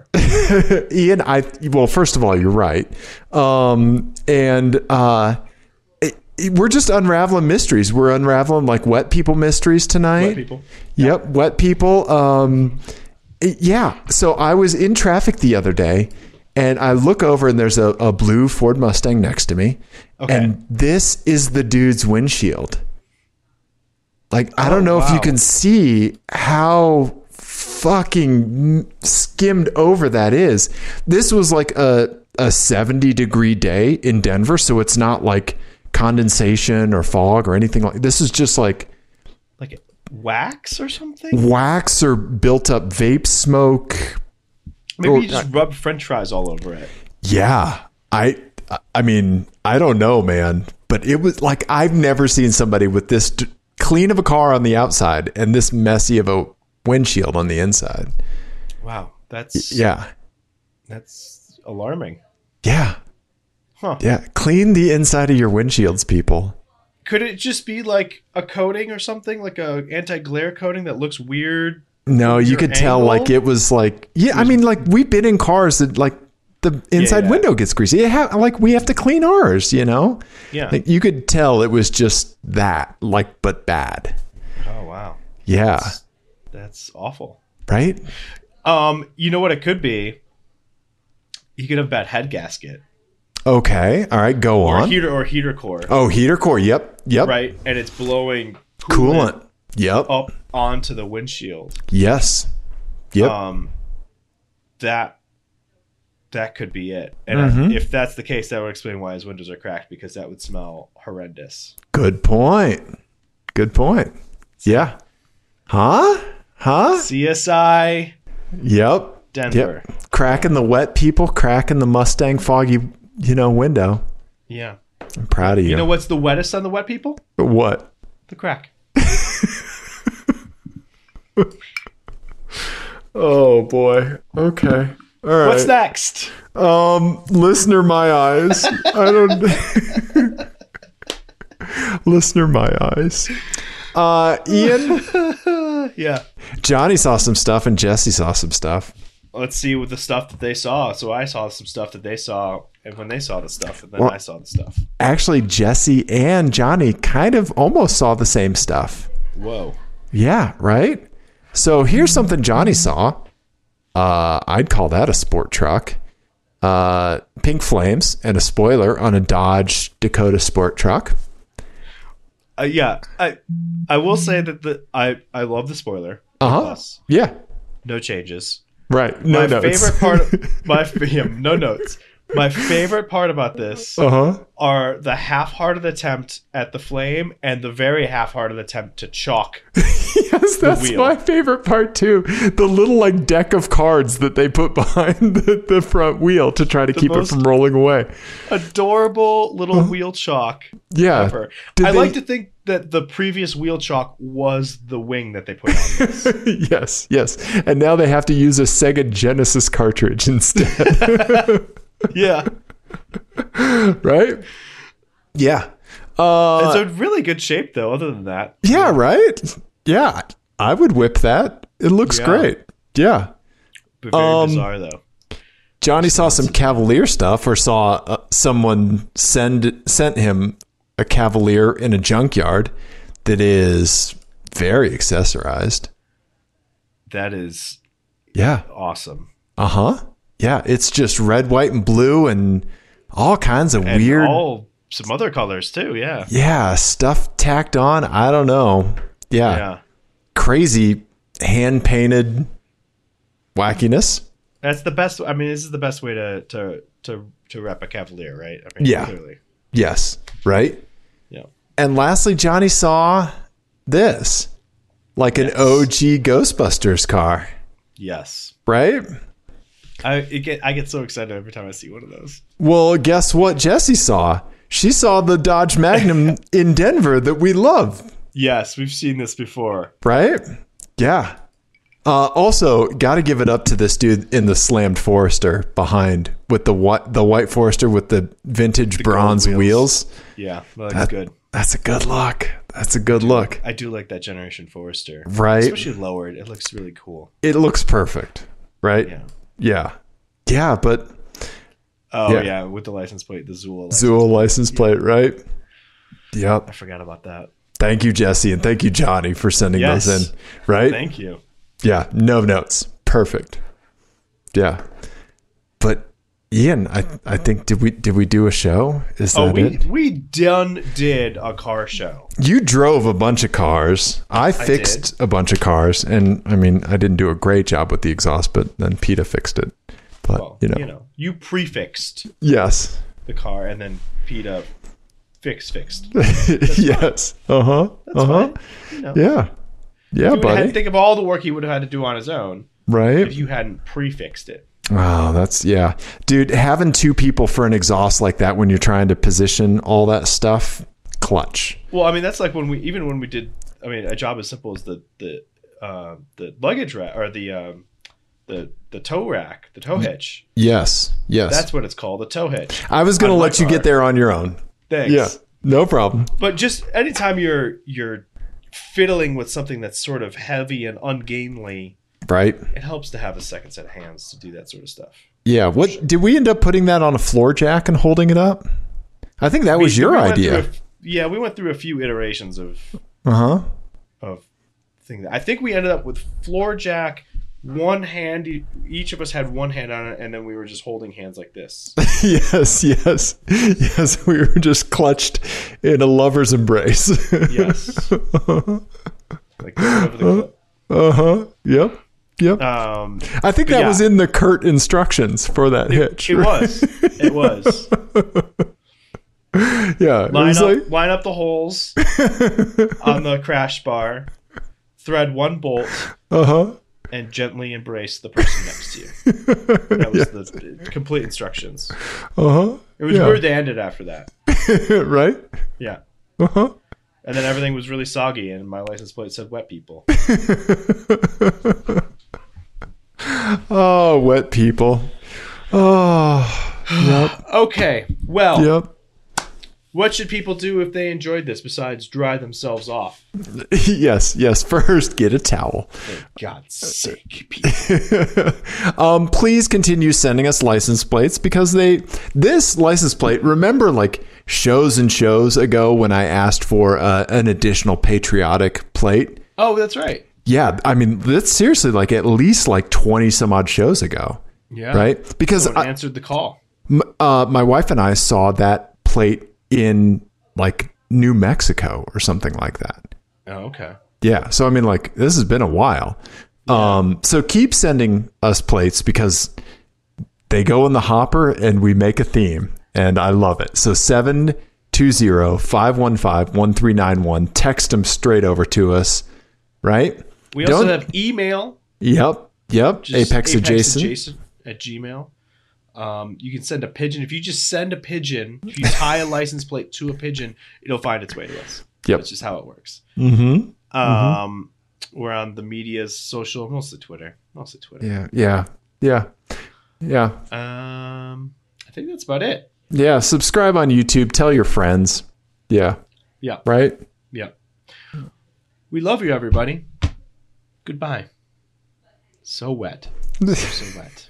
[SPEAKER 2] Ian, I well, first of all, you're right. Um and uh it- it- we're just unraveling mysteries. We're unraveling like wet people mysteries tonight.
[SPEAKER 1] People.
[SPEAKER 2] Yep, wet people. Um, it- yeah. So I was in traffic the other day, and I look over, and there's a, a blue Ford Mustang next to me,
[SPEAKER 1] Okay.
[SPEAKER 2] and this is the dude's windshield. Like I don't know if you
[SPEAKER 1] Oh, wow.
[SPEAKER 2] can see how fucking skimmed over that is. This was like a a 70 degree day in Denver, so it's not like condensation or fog or anything like. This is just like
[SPEAKER 1] Like wax or something.
[SPEAKER 2] wax or built up vape smoke.
[SPEAKER 1] Maybe
[SPEAKER 2] Or-
[SPEAKER 1] you just rub French fries all over it.
[SPEAKER 2] Yeah. I I mean, I don't know, man, but it was like I've never seen somebody with this d- clean of a car on the outside and this messy of a windshield on the inside.
[SPEAKER 1] Wow, that's
[SPEAKER 2] Yeah.
[SPEAKER 1] that's alarming.
[SPEAKER 2] Yeah.
[SPEAKER 1] Huh.
[SPEAKER 2] Yeah, clean the inside of your windshields, people.
[SPEAKER 1] Could it just be like a coating or something, like a anti glare coating that looks weird?
[SPEAKER 2] No, you
[SPEAKER 1] Your
[SPEAKER 2] could tell
[SPEAKER 1] angle?
[SPEAKER 2] like it was like yeah, I mean like we've been in cars that like the inside
[SPEAKER 1] yeah.
[SPEAKER 2] window gets greasy. It ha- like we have to clean ours, you know?
[SPEAKER 1] Yeah.
[SPEAKER 2] Like you could tell it was just that, like but bad.
[SPEAKER 1] oh wow,
[SPEAKER 2] Yeah.
[SPEAKER 1] that's awful.
[SPEAKER 2] Right?
[SPEAKER 1] Um, you know what it could be? You could have bad head gasket
[SPEAKER 2] Okay. All right, go
[SPEAKER 1] or
[SPEAKER 2] on.
[SPEAKER 1] heater or heater core,
[SPEAKER 2] oh, heater core. Yep. Yep.
[SPEAKER 1] right? Oh. And it's blowing coolant,
[SPEAKER 2] Coolant. Yep.
[SPEAKER 1] up onto the windshield.
[SPEAKER 2] Yes. Yep.
[SPEAKER 1] Um, that that could be it. And I, if that's the case, that would explain why his windows are cracked because that would smell horrendous.
[SPEAKER 2] Good point. Good point. Yeah. Huh? Huh?
[SPEAKER 1] CSI
[SPEAKER 2] Yep.
[SPEAKER 1] Denver.
[SPEAKER 2] Yep. Cracking the wet people, cracking the Mustang foggy, you know, window.
[SPEAKER 1] Yeah.
[SPEAKER 2] I'm proud of you.
[SPEAKER 1] You know what's the wettest on the wet people?
[SPEAKER 2] what?
[SPEAKER 1] The crack.
[SPEAKER 2] Oh boy. Okay. All right.
[SPEAKER 1] What's next? (laughs)
[SPEAKER 2] Um, listener, my eyes. I don't. (laughs) listener, my eyes. Uh, Ian,
[SPEAKER 1] Yeah.
[SPEAKER 2] Johnny saw some stuff, and Jesse saw some stuff.
[SPEAKER 1] Let's see with the stuff that they saw. So I saw some stuff that they saw, and when they saw the stuff, and then
[SPEAKER 2] Well-
[SPEAKER 1] I saw the stuff.
[SPEAKER 2] Actually, Jesse and Johnny kind of almost saw the same stuff.
[SPEAKER 1] Whoa.
[SPEAKER 2] Yeah, right. So here's something Johnny saw. Uh, I'd call that a sport truck. Uh, pink flames and a spoiler on a Dodge Dakota sport truck.
[SPEAKER 1] Uh, yeah. I I will say that the I I love the spoiler.
[SPEAKER 2] Uh-huh.
[SPEAKER 1] Plus,
[SPEAKER 2] Yeah,
[SPEAKER 1] No changes.
[SPEAKER 2] right. No
[SPEAKER 1] my
[SPEAKER 2] notes.
[SPEAKER 1] favorite
[SPEAKER 2] (laughs)
[SPEAKER 1] part. Of, my f- yeah, no notes. My favorite part about this
[SPEAKER 2] Uh huh.
[SPEAKER 1] are the half-hearted attempt at the flame and the very half-hearted attempt to chalk.
[SPEAKER 2] Yes, that's
[SPEAKER 1] wheel.
[SPEAKER 2] my favorite part too. The little like deck of cards that they put (laughs) behind the, the front wheel to try to keep
[SPEAKER 1] most-
[SPEAKER 2] it from rolling away.
[SPEAKER 1] Adorable little wheel chalk.
[SPEAKER 2] Yeah.
[SPEAKER 1] Pepper.
[SPEAKER 2] Uh-huh. Did
[SPEAKER 1] I
[SPEAKER 2] they-
[SPEAKER 1] like to think that the previous wheel chalk was the wing that they put
[SPEAKER 2] (laughs)
[SPEAKER 1] on this.
[SPEAKER 2] (laughs) yes, yes. And now they have to use a Sega Genesis cartridge (laughs) instead,
[SPEAKER 1] yeah.
[SPEAKER 2] right? Yeah. Uh,
[SPEAKER 1] It's a really good shape though, other than that.
[SPEAKER 2] yeah, right? Yeah. I would whip that. It looks
[SPEAKER 1] Yeah.
[SPEAKER 2] great. Yeah.
[SPEAKER 1] But very
[SPEAKER 2] Um,
[SPEAKER 1] bizarre though.
[SPEAKER 2] Johnny saw some Cavalier stuff, or saw uh, someone send sent him a Cavalier in a junkyard that is very accessorized.
[SPEAKER 1] That is
[SPEAKER 2] Yeah.
[SPEAKER 1] awesome.
[SPEAKER 2] Uh huh. Yeah. It's just red, white, and blue, and all kinds of
[SPEAKER 1] And
[SPEAKER 2] weird,
[SPEAKER 1] all some other colors too, yeah.
[SPEAKER 2] yeah, stuff tacked on. I don't know. Yeah.
[SPEAKER 1] Yeah.
[SPEAKER 2] Crazy hand painted wackiness.
[SPEAKER 1] That's the best I mean, this is the best way to to to to wrap a cavalier, right? I mean
[SPEAKER 2] Yeah.
[SPEAKER 1] clearly.
[SPEAKER 2] Yes. Right.
[SPEAKER 1] Yeah.
[SPEAKER 2] And lastly, Johnny saw this like an OG Ghostbusters car,
[SPEAKER 1] Yes.
[SPEAKER 2] right?
[SPEAKER 1] I it get I get so excited every time I see one of those.
[SPEAKER 2] Well, guess what Jesse saw? She saw the Dodge (laughs) Magnum in Denver that we love,
[SPEAKER 1] Yes, we've seen this before.
[SPEAKER 2] right? Yeah. Uh, also, got to give it up to this dude in the slammed Forester behind with the white, the white Forester with the vintage bronze
[SPEAKER 1] wheels.
[SPEAKER 2] wheels.
[SPEAKER 1] Yeah, that's good.
[SPEAKER 2] That's a good look. That's a good look.
[SPEAKER 1] I do like that Generation Forester.
[SPEAKER 2] Right.
[SPEAKER 1] Especially lowered. It looks really cool.
[SPEAKER 2] It looks perfect, right?
[SPEAKER 1] Yeah.
[SPEAKER 2] Yeah. Yeah, but
[SPEAKER 1] Oh yeah,
[SPEAKER 2] Yeah.
[SPEAKER 1] with the license plate, the Zool. license.
[SPEAKER 2] Zool license plate, right? Yep.
[SPEAKER 1] I forgot about that.
[SPEAKER 2] Thank you, Jesse, and thank you, Johnny, for sending
[SPEAKER 1] Yes.
[SPEAKER 2] those in. Right?
[SPEAKER 1] Thank you.
[SPEAKER 2] yeah. No notes. Perfect. Yeah. But Ian, I I think did we did we do a show? Is that
[SPEAKER 1] Oh, we
[SPEAKER 2] it?
[SPEAKER 1] we done did a car show.
[SPEAKER 2] You drove a bunch of cars. I fixed a bunch of cars, and I mean, I didn't do a great job with the exhaust, but then Peta fixed it. But
[SPEAKER 1] Well,
[SPEAKER 2] you know,
[SPEAKER 1] you know, you prefixed
[SPEAKER 2] yes,
[SPEAKER 1] the car and then PETA fix fixed.
[SPEAKER 2] (laughs) yes, uh huh, uh huh,
[SPEAKER 1] You know,
[SPEAKER 2] yeah,
[SPEAKER 1] he would have
[SPEAKER 2] yeah,
[SPEAKER 1] had to
[SPEAKER 2] buddy,
[SPEAKER 1] think of all the work he would have had to do on his own
[SPEAKER 2] right?
[SPEAKER 1] if you hadn't prefixed it.
[SPEAKER 2] Oh, that's yeah, dude. Having two people for an exhaust like that when you're trying to position all that stuff, clutch.
[SPEAKER 1] Well, I mean, that's like when we even when we did. I mean, a job as simple as the the uh, the luggage rack or the um, the the tow rack, the tow hitch.
[SPEAKER 2] Yes, yes.
[SPEAKER 1] That's what it's called, the tow hitch.
[SPEAKER 2] I was gonna
[SPEAKER 1] on my
[SPEAKER 2] let you
[SPEAKER 1] car.
[SPEAKER 2] get there on your own.
[SPEAKER 1] Thanks.
[SPEAKER 2] Yeah, no problem.
[SPEAKER 1] But just anytime you're you're fiddling with something that's sort of heavy and ungainly,
[SPEAKER 2] Right?
[SPEAKER 1] it helps to have a second set of hands to do that sort of stuff.
[SPEAKER 2] Yeah. What did we end up putting that on a floor jack and holding it up? I think that was
[SPEAKER 1] We-
[SPEAKER 2] your
[SPEAKER 1] we went through a
[SPEAKER 2] idea.
[SPEAKER 1] f- yeah, we went through a few iterations of
[SPEAKER 2] Uh huh.
[SPEAKER 1] of thing. that- I think we ended up with floor jack, one hand. e- Each of us had one hand on it, and then we were just holding hands like this.
[SPEAKER 2] (laughs) yes, yes, yes. We were just clutched in a lover's embrace. (laughs)
[SPEAKER 1] Yes. (laughs) like going over the
[SPEAKER 2] uh huh. Yep. Yep.
[SPEAKER 1] clip. Um,
[SPEAKER 2] I think that
[SPEAKER 1] yeah.
[SPEAKER 2] was in the Kurt instructions for that hitch.
[SPEAKER 1] it was.
[SPEAKER 2] (laughs)
[SPEAKER 1] It was.
[SPEAKER 2] yeah. It
[SPEAKER 1] Line
[SPEAKER 2] was
[SPEAKER 1] up,
[SPEAKER 2] like,
[SPEAKER 1] line up the holes on the crash bar. Thread one bolt
[SPEAKER 2] uh huh.
[SPEAKER 1] and gently embrace the person next to you. That was the the complete instructions.
[SPEAKER 2] Uh
[SPEAKER 1] It was
[SPEAKER 2] Yeah.
[SPEAKER 1] weird they ended after that.
[SPEAKER 2] huh. uh-huh, (laughs) right?
[SPEAKER 1] Yeah.
[SPEAKER 2] Uh huh.
[SPEAKER 1] And then everything was really soggy, and my license plate said wet people.
[SPEAKER 2] (laughs) Oh, wet people. Oh,
[SPEAKER 1] (laughs) Okay, well,
[SPEAKER 2] yep. (laughs)
[SPEAKER 1] what should people do if they enjoyed this besides dry themselves off?
[SPEAKER 2] yes, yes. First, get a towel. (laughs)
[SPEAKER 1] God's
[SPEAKER 2] Uh,
[SPEAKER 1] sake, people.
[SPEAKER 2] um, please continue sending us license plates because they this license plate. Remember, like shows and shows ago when I asked for uh, an additional patriotic plate.
[SPEAKER 1] Oh, that's right.
[SPEAKER 2] Yeah, I mean that's seriously like at least like twenty some odd shows ago,
[SPEAKER 1] Yeah.
[SPEAKER 2] right? Because
[SPEAKER 1] Someone answered the call.
[SPEAKER 2] M- uh, my wife and I saw that plate in like New Mexico or something like that.
[SPEAKER 1] Oh, okay.
[SPEAKER 2] Yeah. So I mean, like this has been a while. Um, so keep sending us plates because they go in the hopper and we make a theme and I love it. So 720-515-1391 text them straight over to us, right?
[SPEAKER 1] We also
[SPEAKER 2] Don't-
[SPEAKER 1] have email.
[SPEAKER 2] Yep. Yep.
[SPEAKER 1] just
[SPEAKER 2] Apex, adjacent.
[SPEAKER 1] at Gmail. Um, you can send a pigeon. If you just send a pigeon, if you tie a license plate to a pigeon, it'll find its way to us.
[SPEAKER 2] Yep. Mm-hmm.
[SPEAKER 1] That's just how it works.
[SPEAKER 2] Mhm.
[SPEAKER 1] Um, We're on the media's social, mostly Twitter. Mostly Twitter.
[SPEAKER 2] Yeah. Yeah. Yeah. Yeah.
[SPEAKER 1] Um, I think that's about it.
[SPEAKER 2] Yeah, subscribe on YouTube. Tell your friends. Yeah.
[SPEAKER 1] Yeah.
[SPEAKER 2] Right?
[SPEAKER 1] Yeah. We love you, everybody. Goodbye. So wet. So wet.